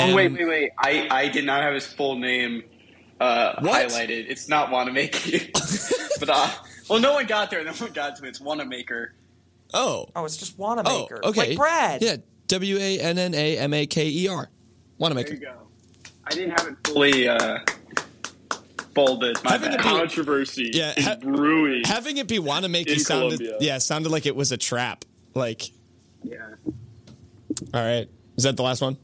Oh wait, wait, wait! I, I did not have his full name uh,
What?
highlighted. It's not Wanamaker, but uh, well, no one got there. No one got to it. It's Wanamaker.
Oh.
Oh, it's just Wanamaker.
Oh, okay.
Like Brad.
Yeah. W A N N A M A K E R. Wanamaker.
I didn't have it fully uh, folded. My bad.
controversy
Yeah,
is
ha-
brewing.
Having it be Wanamaker
In
sounded
Colombia.
yeah sounded like it was a trap. Like. Yeah. All right. Is that the last one?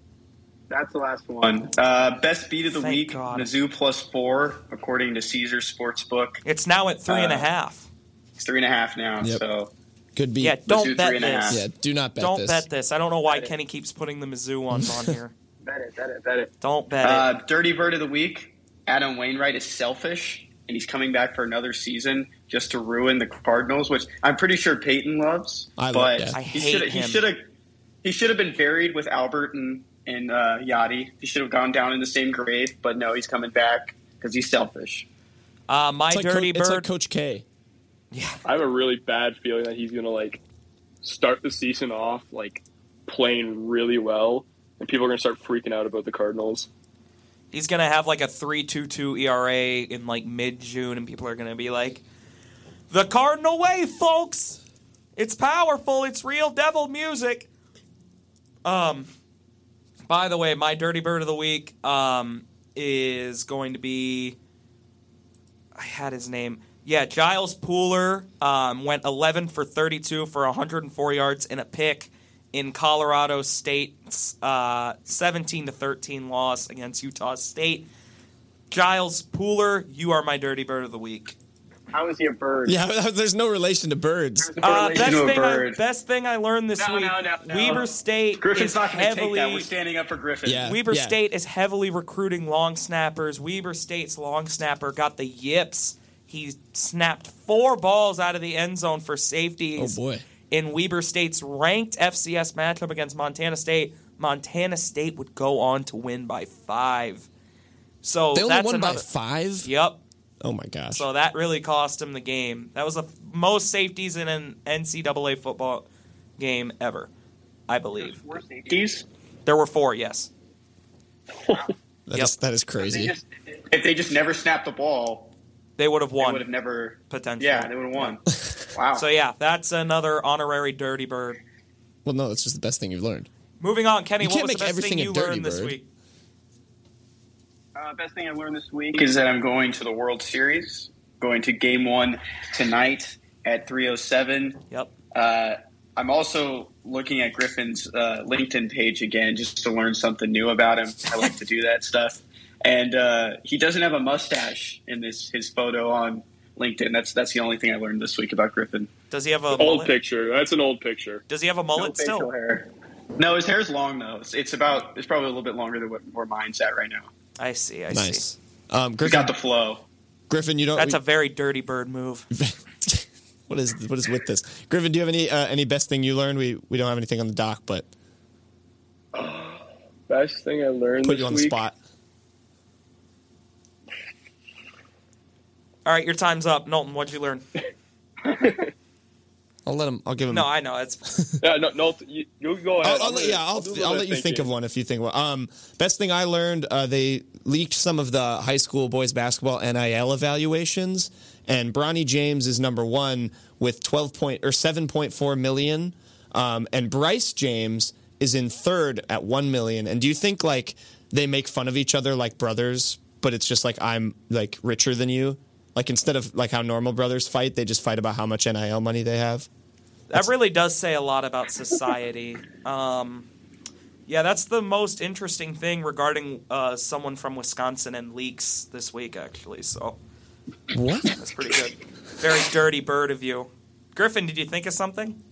That's the last one. Uh, best beat of the week: Mizzou plus four, according to Caesar Sportsbook.
It's now Oh, at three and a
Uh,
half.
It's three and a half now. So
Good beat.
Yeah, don't
Mizzou
bet
three and a half.
this.
Yeah,
do not bet
Don't
this.
bet this. I don't know why Kenny keeps putting the Mizzou ones on here.
bet it, bet it, bet it.
Don't bet it.
Uh, Dirty Bird of the Week. Adam Wainwright is selfish, and he's coming back for another season just to ruin the Cardinals, which I'm pretty sure Peyton loves.
I love
but
that. I
he
hate
should he
him.
should have he should have been buried with Albert and and uh, Yachty. He should have gone down in the same grave. But no, he's coming back because he's selfish.
Uh, my
It's like
dirty
Co-
bird.
it's like
Coach K.
I have a really bad feeling that he's gonna like start the season off like playing really well, and people are gonna start freaking out about the Cardinals.
He's gonna have like a three two two ERA in like mid June, and people are gonna be like, "The Cardinal way, folks. It's powerful. It's real devil music." Um. By the way, my dirty bird of the week um, is going to be. I had his name. Yeah, Giles Pooler um, went 11 for 32 for 104 yards and a pick in Colorado State's uh, 17 to 13 loss against Utah State. Giles Pooler, you are my dirty bird of the week.
How is he a bird?
Yeah. There's no relation to birds.
Uh, best, thing I, best thing I learned this week. Weber State
Griffin's
is
not going to
heavily
take that. We're standing up for Griffin.
Weber State is heavily recruiting long snappers. Weber State's long snapper got the yips. He snapped four balls out of the end zone for safeties.
Oh, boy.
In Weber State's ranked FCS matchup against Montana State, Montana State would go on to win by five. So
They only
that's
won
another,
by five.
Yep.
Oh my gosh.
So that really cost him the game. That was the f- most safeties in an NCAA football game ever, I believe.
Four safeties.
There were four. Yes.
That is- that is crazy.
If they just never snapped the ball,
they would have
They
won.
would have never
potentially.
Yeah, they would have won. wow.
So yeah, that's another honorary dirty bird.
Well, no, that's just the best thing you've learned.
Moving on, Kenny.
You
what
can't
was
make
the best
everything
thing
a
you
dirty
learned this
bird.
week?
Uh, best thing I learned this week is that I'm going to the World Series, going to Game One tonight at 3:07.
Yep.
Uh, I'm also looking at Griffin's uh, LinkedIn page again just to learn something new about him. I like to do that stuff, and uh, he doesn't have a mustache in this his photo on LinkedIn. That's that's the only thing I learned this week about Griffin.
Does he have a
old
mullet?
picture? That's an old picture.
Does he have a mullet
facial
still?
hair. No, his hair's long though. It's, it's about it's probably a little bit longer than what where mine's at right now.
I see. I
Nice.
see.
Um,
We
Griffin,
got the flow.
Griffin, you don't.
That's
we-
a very dirty bird move.
what is what is with this? Griffin, do you have any uh, any best thing you learned? We we don't have anything on the dock, but
Best thing I learned
put
this
you on
week.
the spot.
All right, your time's up, Knowlton. What'd you learn?
I'll let him. I'll give him.
No, I know it's.
Yeah, no, no, you, you go ahead.
I'll, I'll let, yeah, I'll,
do a
I'll,
little bit
let you think
thinking.
of one if you think one. Um, best thing I learned, uh, they leaked some of the high school boys basketball NIL evaluations, and Bronny James is number one with twelve point or seven point four million, um, and Bryce James is in third at one million. And do you think like they make fun of each other like brothers, but it's just like I'm like richer than you? Like instead of like how normal brothers fight, they just fight about how much NIL money they have.
That really does say a lot about society. Um, yeah, that's the most interesting thing regarding uh, someone from Wisconsin and leaks this week, actually. So
What?
that's pretty good. Very dirty bird of you, Griffin. Did you think of something?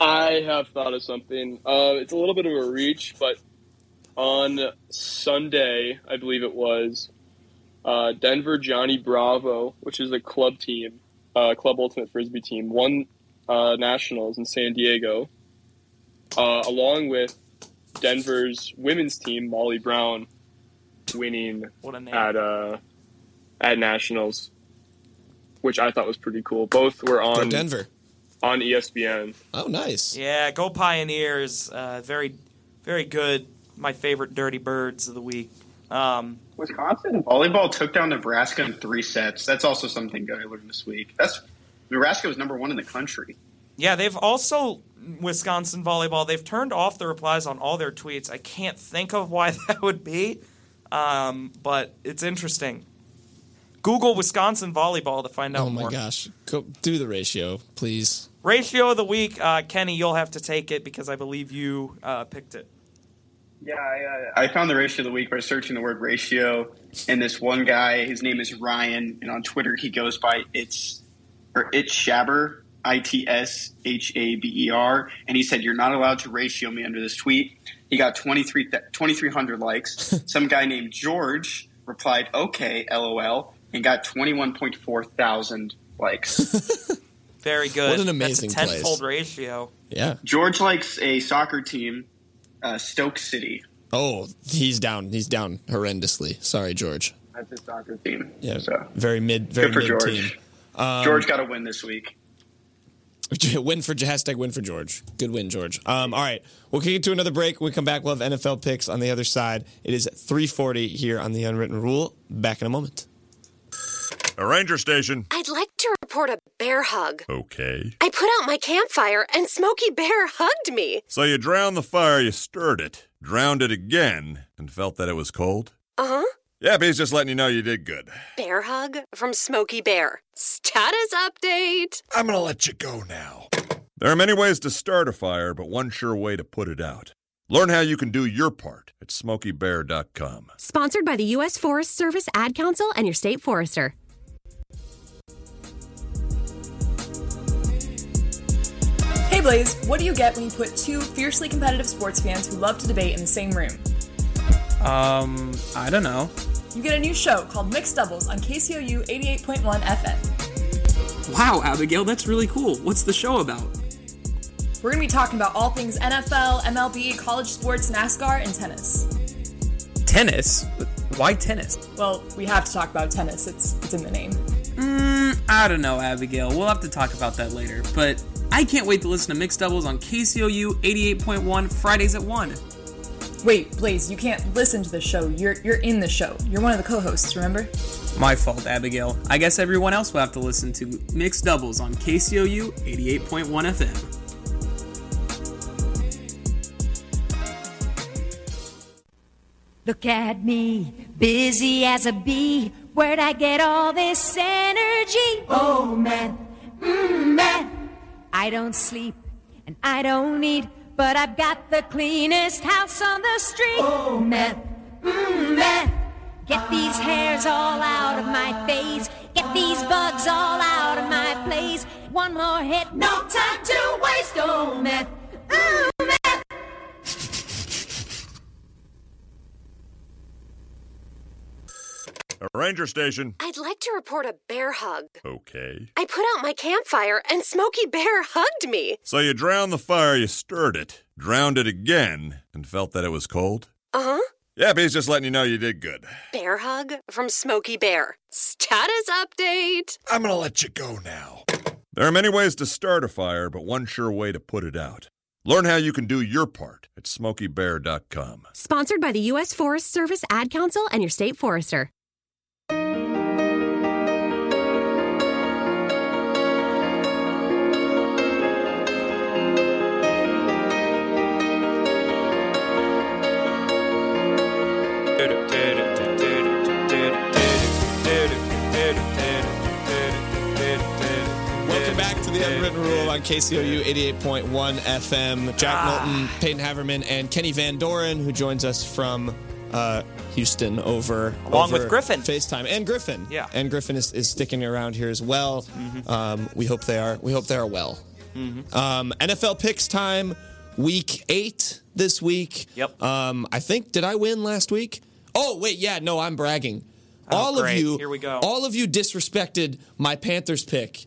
I have thought of something. Uh, it's a little bit of a reach, but on Sunday, I believe it was, uh, Denver Johnny Bravo, which is a club team, uh, club ultimate frisbee team, won uh, nationals in San Diego, uh, along with Denver's women's team, Molly Brown.
winning
What a name.
at uh, at nationals, which I thought was pretty cool. Both were on
Go Denver.
on E ESPN.
Oh, nice.
Yeah, go Pioneers. Uh, very, very good. My favorite Dirty Birds of the week. Um,
Wisconsin volleyball took down Nebraska in three sets. That's also something good I learned this week. That's Nebraska was number one in the country.
Yeah, they've also Wisconsin volleyball. They've turned off the replies on all their tweets. I can't think of why that would be, um, but it's interesting. Google Wisconsin volleyball to find out
Oh my
more.
gosh. Go do the ratio, please.
Ratio of the week, uh, Kenny. You'll have to take it because I believe you uh, picked it.
Yeah, I, uh, I found the ratio of the week by searching the word ratio, and this one guy, his name is Ryan, and on Twitter he goes by it's or it's Shabber, I T S H A B E R, and he said you're not allowed to ratio me under this tweet. He got 23 th- 2,300 likes. Some guy named George replied, "Okay, lol," and got twenty one point four thousand likes.
Very good.
What an amazing
That's a
place.
tenfold ratio.
Yeah.
George likes a soccer team, uh, Stoke City.
Oh, he's down. He's down horrendously. Sorry, George.
That's his soccer team.
Yeah.
So.
Very mid very
Good for
mid
George.
team. Um,
George got a win this week.
win for hashtag win for George. Good win, George. Um, all right, we'll kick it to another break. When we come back. We'll have NFL picks on the other side. It is 3:40 here on the Unwritten Rule. Back in a moment.
A ranger station.
I'd like to report a bear hug.
Okay.
I put out my campfire and Smoky Bear hugged me.
So you drowned the fire, you stirred it, drowned it again, and felt that it was cold?
Uh huh.
Yeah, but he's just letting you know you did good.
Bear hug from Smoky Bear. Status update.
I'm gonna let you go now. There are many ways to start a fire, but one sure way to put it out. Learn how you can do your part at smokybear.com.
Sponsored by the U.S. Forest Service Ad Council and your state forester.
Hey Blaze, what do you get when you put two fiercely competitive sports fans who love to debate in the same room?
Um, I don't know.
You get a new show called Mixed Doubles on KCOU 88.1 FM.
Wow, Abigail, that's really cool. What's the show about?
We're going to be talking about all things NFL, MLB, college sports, NASCAR, and tennis.
Tennis? Why tennis?
Well, we have to talk about tennis. It's it's in the name.
Mm, I don't know, Abigail. We'll have to talk about that later. But I can't wait to listen to Mixed Doubles on KCOU 88.1 Fridays at 1.
Wait, Blaze, you can't listen to the show. You're you're in the show. You're one of the co-hosts, remember?
My fault, Abigail. I guess everyone else will have to listen to Mixed Doubles on KCOU 88.1 FM.
Look at me, busy as a bee. Where'd I get all this energy? Oh man, mm, man. I don't sleep and I don't eat, but I've got the cleanest house on the street. Oh man, mm, man. Get these hairs all out of my face. Get these bugs all out of my place. One more hit, no time to waste. Oh man, mm, man.
A ranger station.
I'd like to report a bear hug.
Okay.
I put out my campfire and Smoky Bear hugged me.
So you drowned the fire, you stirred it, drowned it again, and felt that it was cold?
Uh huh.
Yeah, but he's just letting you know you did good.
Bear hug from Smoky Bear. Status update.
I'm gonna let you go now. There are many ways to start a fire, but one sure way to put it out. Learn how you can do your part at smokybear.com.
Sponsored by the U.S. Forest Service Ad Council and your state forester.
Welcome back to the Unwritten Rule on KCOU 88.1 FM. Jack Knowlton, Peyton Haverman, and Kenny Van Doren, who joins us from uh, Houston over
Along with
over
Griffin.
FaceTime and Griffin.
Yeah.
and Griffin is, is sticking around here as well. Um, we hope they are. We hope they are well. Um, NFL picks time, week eight this week. Yep. Um, I think did I win last week? Oh wait, yeah, no, I'm bragging.
Oh,
all
great.
of you,
Here we go.
All of you disrespected my Panthers pick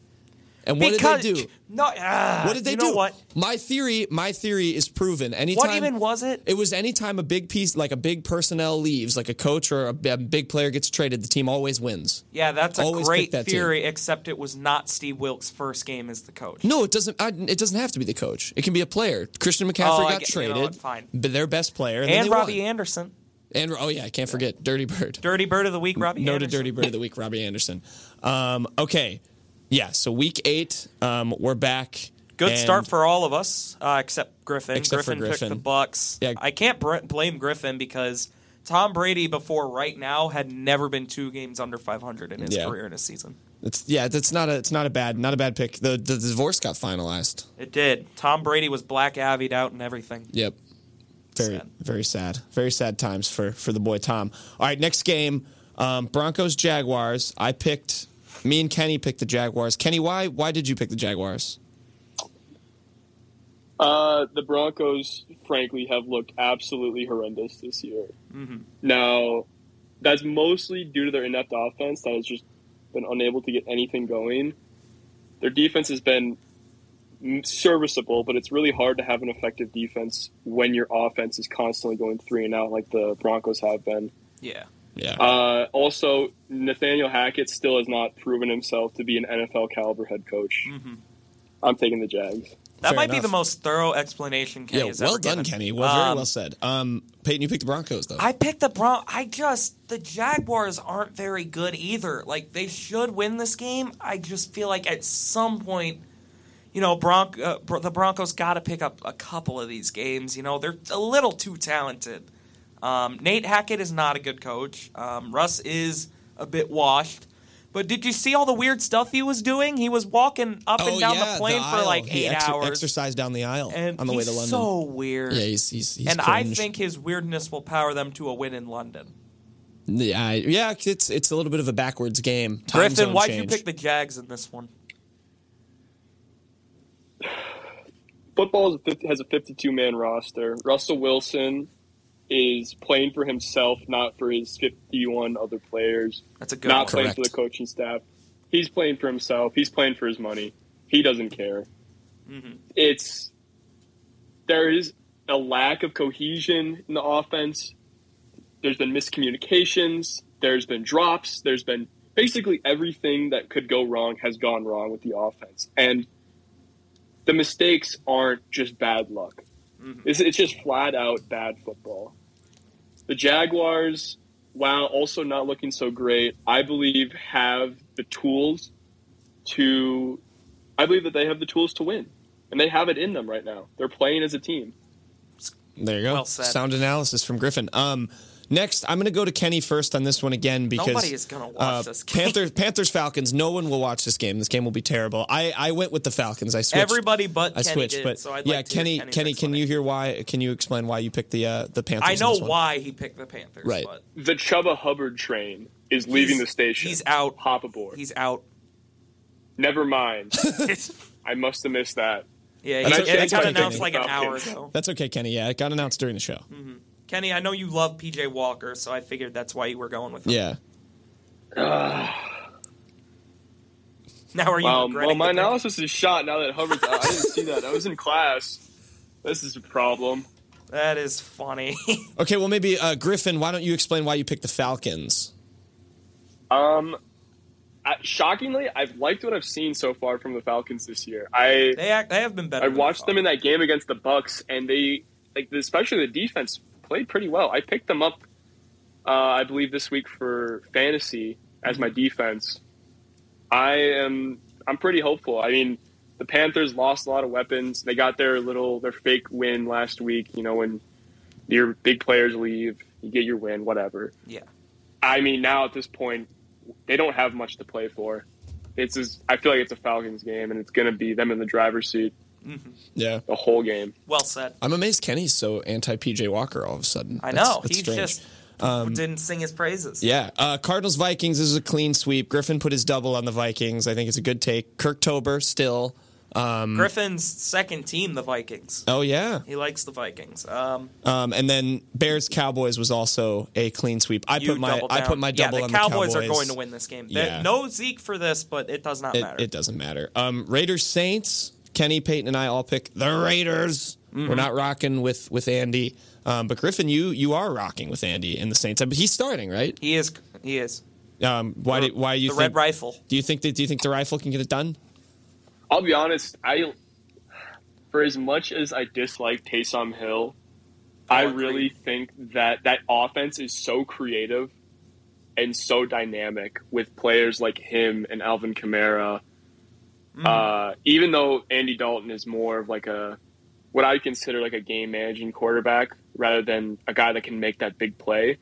And what
because,
did they do?
No, ah,
what did they
you
do?
Know what?
My theory, my theory is proven. Anytime
even was it?
It was anytime a big piece, like a big personnel leaves, like a coach or a, b- a big player gets traded, the team always wins.
Yeah, that's a
Always
great
pick that
theory, except it was not Steve Wilkes' first game as the coach.
No, it doesn't. I, it doesn't have to be the coach. It can be a player. Christian McCaffrey
Oh, I
got
get- you know
traded.
what, fine.
b- Their best player, and, then
And
they won.
Robbie Anderson.
And oh yeah, I can't forget Dirty Bird.
Dirty Bird of the Week, Robbie
No
Anderson.
to Dirty Bird of the Week, Robbie Anderson. Um, okay, yeah. So week eight, um, we're back.
Good
And
start for all of us, uh, except Griffin.
Except for
Griffin, picked the
Griffin.
Bucks. I can't br- blame Griffin because Tom Brady before right now had never been two games under 500 in his
Yeah.
career in a season.
It's yeah. That's not a. It's not a bad. Not a bad pick. The the divorce got finalized.
It did. Tom Brady was black avied out and everything.
Yep. Very very sad. Very sad times for for the boy Tom. All right, next game, um, Broncos Jaguars. I picked. Me and Kenny picked the Jaguars. Kenny, why why did you pick the Jaguars?
Uh, the Broncos, frankly, have looked absolutely horrendous this year.
Mm-hmm.
Now, that's mostly due to their inept offense that has just been unable to get anything going. Their defense has been mm, serviceable, but it's really hard to have an effective defense when your offense is constantly going three and out like the Broncos have been.
Yeah.
Yeah.
Uh, also, Nathaniel Hackett still has not proven himself to be an NFL caliber head coach. I'm taking the Jags.
Mm-hmm. That might be the most thorough explanation Kenny
yeah,
has
well
ever
done,
given.
Kenny. Well, very
Um,
well said. Um, Peyton, you picked the Broncos though.
I picked the Bron. I just the Jaguars aren't very good either. Like they should win this game. I just feel like at some point, you know, Bronc- uh, Bro- the Broncos got to pick up a couple of these games. You know, they're a little too talented. Um, Nate Hackett is not a good coach. Um, Russ is a bit washed. But did you see all the weird stuff he was doing? He was walking up and
Oh,
down
yeah,
the plane for
aisle.
like
He
eight
exer-
hours.
Exercised down the aisle
And
on the way
he's
to London.
so weird.
Yeah, he's he's, he's
and I
cringe.
think his weirdness will power them to a win in London.
yeah, I- yeah, it's it's a little bit of a backwards game. Time
Griffin,
zone
why'd
change.
you pick the Jags in this one?
football is a 50, has a 52 man roster. Russell Wilson is playing for himself, not for his 51 other players.
That's a good
Not
one.
playing for the coaching staff. He's playing for himself. He's playing for his money. He doesn't care.
Mm-hmm.
It's there is a lack of cohesion in the offense. There's been miscommunications. There's been drops. There's been basically everything that could go wrong has gone wrong with the offense. And the mistakes aren't just bad luck. It's, it's just flat out bad football. The Jaguars, while also not looking so great, I believe have the tools to. I believe that they have the tools to win, and they have it in them right now. They're playing as a team.
There you go.
Well said.
Sound analysis from Griffin. Um, next, I'm going to go to Kenny first on this one again because
Nobody is gonna watch this game.
Panthers, Panthers, Falcons. No one will watch this game. This game will be terrible. I, I went with the Falcons. I switched.
Everybody but
I
Kenny
switched,
did,
but
so I'd
yeah,
like to hear
Kenny,
Kenny's
Kenny, can you hear why? Can you explain why you picked the uh, the Panthers?
I
in
know
this one?
why he picked the Panthers.
Right.
But
The Chuba Hubbard train is leaving the station. He's
out.
Hop aboard.
He's out.
Never mind. I must have missed that.
Yeah,
And
That's
I
okay,
should
that's
have
okay,
taken
Kenny.
the Falcons.
That's okay, Kenny. Yeah, it got announced during the show.
Mm-hmm. Kenny, I know you love PJ Walker, so I figured that's why you were going with him.
Yeah.
Now are you
Wow,
regretting
well, my
the pick?
analysis is shot now that Hubbard's out. I didn't see that. I was in class. This is a problem.
That is funny.
Okay, well maybe uh, Griffin. Why don't you explain why you picked the Falcons?
Um, I, shockingly, I've liked what I've seen so far from the Falcons this year. I
they act, they have been better.
I
than the
watched them in that game against the Bucks, and they like especially the defense played pretty well. I picked them up, uh, I believe this week for fantasy as
Mm-hmm.
my defense. I am I'm pretty hopeful. I mean, the Panthers lost a lot of weapons. They got their little their fake win last week. You know when your big players leave, you get your win, whatever.
Yeah.
I mean, now at this point, they don't have much to play for. It's as, I feel like it's a Falcons game, and it's going to be them in the driver's seat
Mhm.
Yeah.
the whole game.
Well said.
I'm amazed Kenny's so anti PJ Walker all of a sudden.
I
That's-
know.
that's
he
strange.
just
Um,
didn't sing his praises.
Yeah, uh, Cardinals Vikings this is a clean sweep. Griffin put his double on the Vikings. I think it's a good take. Kirk Tober still Um,
Griffin's second team, the Vikings.
Oh, yeah.
He likes the Vikings. Um,
Um, and then Bears Cowboys was also a clean sweep. I
you
put my
double
I
down.
put my double
yeah, the
on
Cowboys
the Cowboys
are going to win this game. There-
Yeah.
No Zeke for this, but it does not
It,
matter.
it doesn't matter. Um, Raiders Saints. Kenny Payton and I all pick the Raiders.
Mhm.
We're not rocking with with Andy, um, but Griffin, you you are rocking with Andy and the Saints. But he's starting, right?
He is. He is.
Um, why do why do you
the
think,
Red Rifle.
Do you think that do you think the rifle can get it done?
I'll be honest. I, for as much as I dislike Taysom Hill, I really think that that offense is so creative and so dynamic with players like him and Alvin Kamara.
Mm.
Uh, even though Andy Dalton is more of like a what I would consider like a game managing quarterback rather than a guy that can make that big play.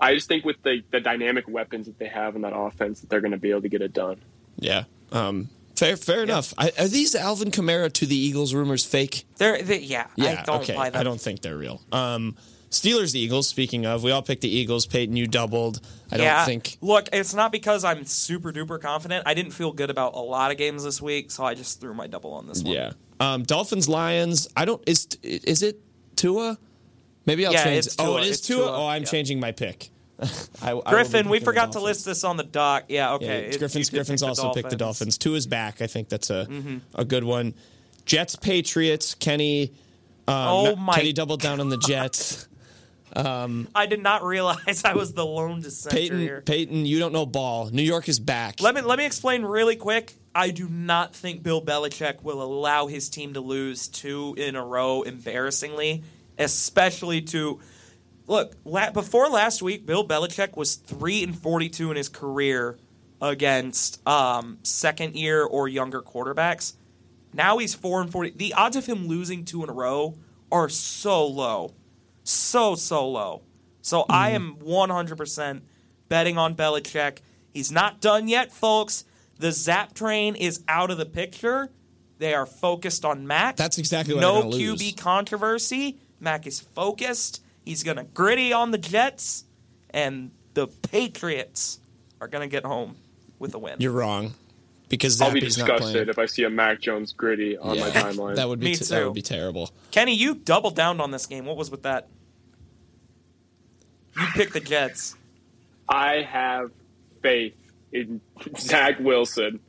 I just think with the, the dynamic weapons that they have in that offense that they're going to be able to get it done.
Yeah. Um, fair fair enough. I, are these Alvin Kamara to the Eagles rumors fake?
They're, they, yeah,
Yeah,
I don't
okay.
buy that.
I don't think they're real. Um, Steelers Eagles. Speaking of, we all picked the Eagles. Peyton, you doubled. I don't
yeah.
think.
Look, it's not because I'm super duper confident. I didn't feel good about a lot of games this week, so I just threw my double on this one.
Yeah. Um, Dolphins Lions. I don't. Is is it Tua? Maybe I'll
Yeah,
change.
it's
Oh,
Tua.
it is
It's
Tua.
Tua.
Oh, I'm
Yeah.
changing my pick. I, I will be
Griffin,
picking
we
the
forgot to
Dolphins.
list this on the doc. Yeah, okay.
Yeah,
it-
it's Griffin's
you did
Griffin's
pick
also picked the Dolphins. Tua's back. I think that's a
Mhm.
a good one. Jets Patriots. Kenny. Um,
Oh
not-
my
Kenny doubled down on the Jets. Um,
I did not realize I was the lone dissenter
Peyton,
here.
Peyton, you don't know ball. New York is back.
Let me let me explain really quick. I do not think Bill Belichick will allow his team to lose two in a row embarrassingly, especially to look la- before last week. Bill Belichick was three and forty-two in his career against um, second-year or younger quarterbacks. Now he's four and forty. The odds of him losing two in a row are so low, so so low. So
Mm-hmm.
I am one hundred percent betting on Belichick. He's not done yet, folks. The Zap train is out of the picture. They are focused on Mac.
That's exactly what
no
I'm gonna
QB
lose.
controversy. Mac is focused. He's gonna gritty on the Jets, and the Patriots are gonna get home with a win.
You're wrong because
I'll be
Zappy's not playing.
disgusted if I see a Mac Jones gritty on my
Yeah.
timeline.
That would be
Me
t- that
too.
would be terrible.
Kenny, you doubled down on this game. What was with that? You picked the Jets.
I have faith in Zach Wilson.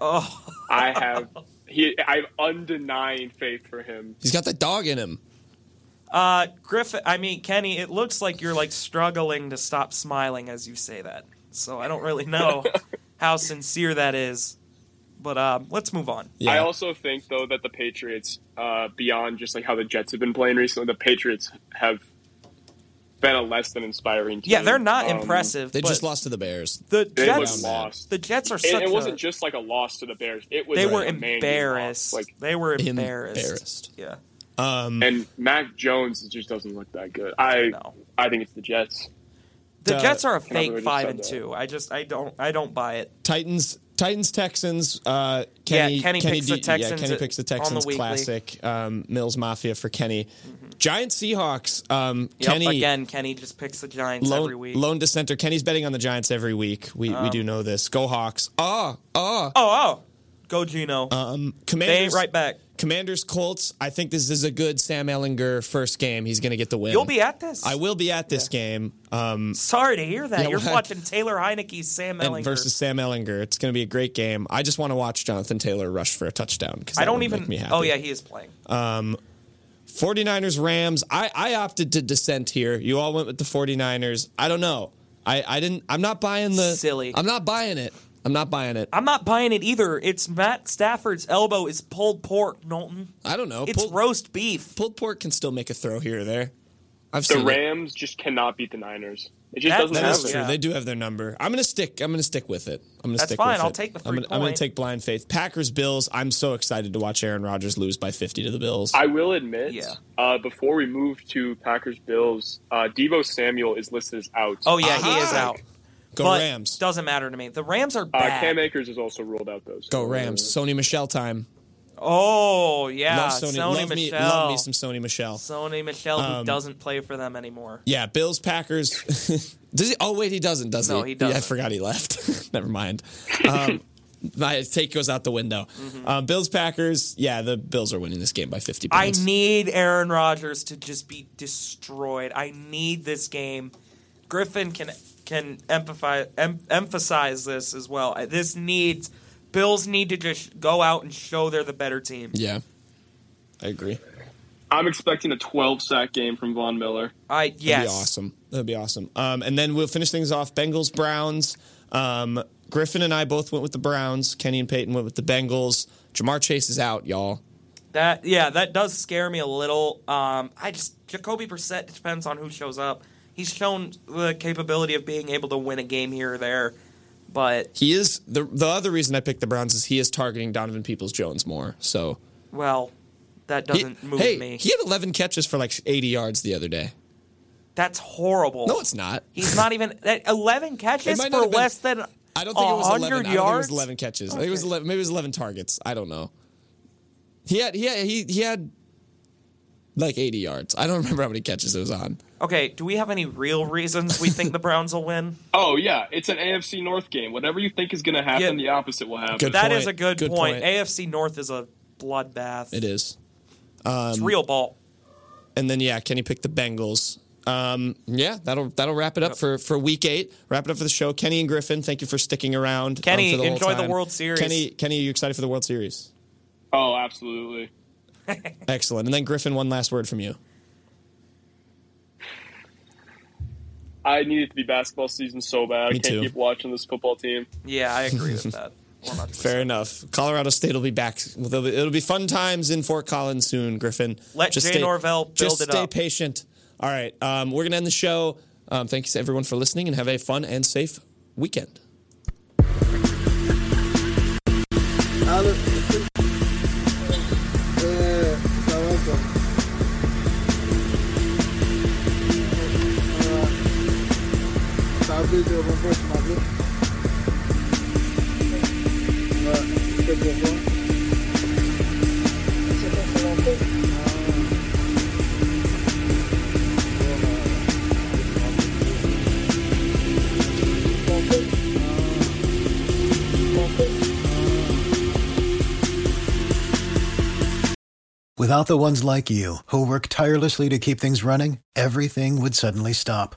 Oh,
I have he. I have undenying faith for him.
He's got that dog in him.
Uh, Griffin, I mean Kenny, it looks like you're like struggling to stop smiling as you say that. So I don't really know how sincere that is. But um, let's move on.
I also think though that the Patriots, uh, beyond just like how the Jets have been playing recently, the Patriots have been a less than inspiring team.
yeah, they're not
Um,
impressive.
They
but
just lost to the Bears.
The
They
Jets,
were lost.
the Jets are
And
such
it wasn't
a,
just like a loss to the Bears. It was
they
a
were
commanding
embarrassed.
loss. Like
they were embarrassed.
Embarrassed.
Yeah.
Um,
and Mac Jones just doesn't look that good. I I think it's the Jets.
The
Uh,
Jets are a
I can't believe I
fake
just
five
said
and
that.
two. I just I don't I don't buy it.
Titans, Titans, Texans. Uh, Kenny,
Yeah, Kenny picks the
D-
Texans
Yeah, Kenny picks the
on the
Texans.
weekly.
classic um, Mills Mafia for Kenny. Giant Seahawks. Um,
Yep,
Kenny
again, Kenny just picks the Giants
lone,
every week.
lone dissenter. Kenny's betting on the Giants every week. We we
Um,
do know this. Go Hawks. Oh oh
oh oh. Go Gino.
Um,
they ain't
Commanders.
right back.
Commanders Colts. I think this is a good Sam Ellinger first game. He's going to get the win.
You'll be at this.
I will be at this game. Um,
Sorry to hear that.
Yeah,
You're
well,
watching Taylor Heineke's Sam
and
Ellinger.
versus Sam Ellinger. It's going to be a great game. I just want to watch Jonathan Taylor rush for a touchdown because
I don't
Make
even.
me happy.
Oh yeah, he is playing.
Um, 49ers Rams. I, I opted to dissent here. You all went with the 49ers. I don't know. I, I didn't. I'm not buying the silly. I'm not buying it. I'm not buying it.
I'm not buying it either. It's Matt Stafford's elbow is pulled pork, Knowlton.
I don't know.
It's roast beef.
Pulled pork can still make a throw here or there. I've
the
seen it.
Rams just cannot beat the Niners. It just doesn't
That is
happen.
true. They do have their number. I'm gonna stick. I'm gonna stick with it. I'm gonna
That's
stick
fine.
with
I'll
it.
take the
I'm
free
gonna, I'm gonna
point.
take blind faith. Packers Bills. I'm so excited to watch Aaron Rodgers lose by 50 to the Bills.
I will admit, uh, before we move to Packers Bills, uh, Devo Samuel is listed as out.
Oh yeah, he is out.
Go
But
Rams.
Doesn't matter to me. The Rams
Oh,
are
Uh, Cam
bad.
Akers is also ruled out, though. so-
Go Rams. Sony Michelle time.
oh yeah,
love
Sony,
Sony. love
Michelle.
me. Love me some Sony Michelle.
Sony Michelle who
Um,
doesn't play for them anymore.
Yeah, Bills Packers. Does he? Oh wait, he doesn't. Does
No,
he?
he doesn't.
Yeah, I forgot he left. Never mind. Um, my take goes out the window. Uh, Bills Packers. Yeah, the Bills are winning this game by 50
I
points.
need Aaron Rodgers to just be destroyed. I need this game. Griffin can can emphasize em, emphasize this as well. I- This needs Bills need to just go out and show they're the better team.
yeah, I agree.
I'm expecting a 12 sack game from Von Miller.
I
That'd be awesome. That'd be awesome. Um, and then we'll finish things off. Bengals, Browns. Um, Griffin and I both went with the Browns. Kenny and Peyton went with the Bengals. Jamar Chase is out, y'all.
That yeah, that does scare me a little. Um, I just Jacoby Brissett depends on who shows up. He's shown the capability of being able to win a game here or there, but
He is the the other reason I picked the Browns is he is targeting Donovan Peoples Jones more. So
well, that
He-
doesn't move
hey,
me.
He had 11 catches for like 80 yards the other day.
That's horrible.
No, it's not.
He's not even that eleven
It
catches
might
for
not have been-
less than
I don't think it was 11. I don't
100
think it was
yards.
11 catches. I think it was 11, maybe it was 11 targets. I don't know. He had he had, he, he had like 80 yards. I don't remember how many catches it was on.
Okay, do we have any real reasons we think the Browns will win?
Oh yeah, it's an AFC North game. Whatever you think is going to happen, the opposite will happen.
That is a good, point. AFC North is a bloodbath.
It is. Um,
It's real ball.
And then yeah, Kenny picked the Bengals. Um, yeah, that'll that'll wrap it up for, for week eight. Wrap it up for the show. Kenny and Griffin, thank you for sticking around. um,
Kenny,
for the whole
enjoy the
time.
World Series.
Kenny, Kenny, are you excited for the World Series?
Oh, absolutely.
Excellent. And then Griffin, one last word from you.
I need it to be basketball season so bad.
Me
I can't
too.
keep watching this football team.
Yeah, I agree with that.
Fair enough. Colorado State will be back. It'll be, it'll be fun times in Fort Collins soon, Griffin.
Let Jay Norvell build
just
it
stay
up.
patient. All right. Um, we're going to end the show. Um, thanks to everyone for listening and have a fun and safe weekend.
Without the ones like you, who work tirelessly to keep things running, everything would suddenly stop.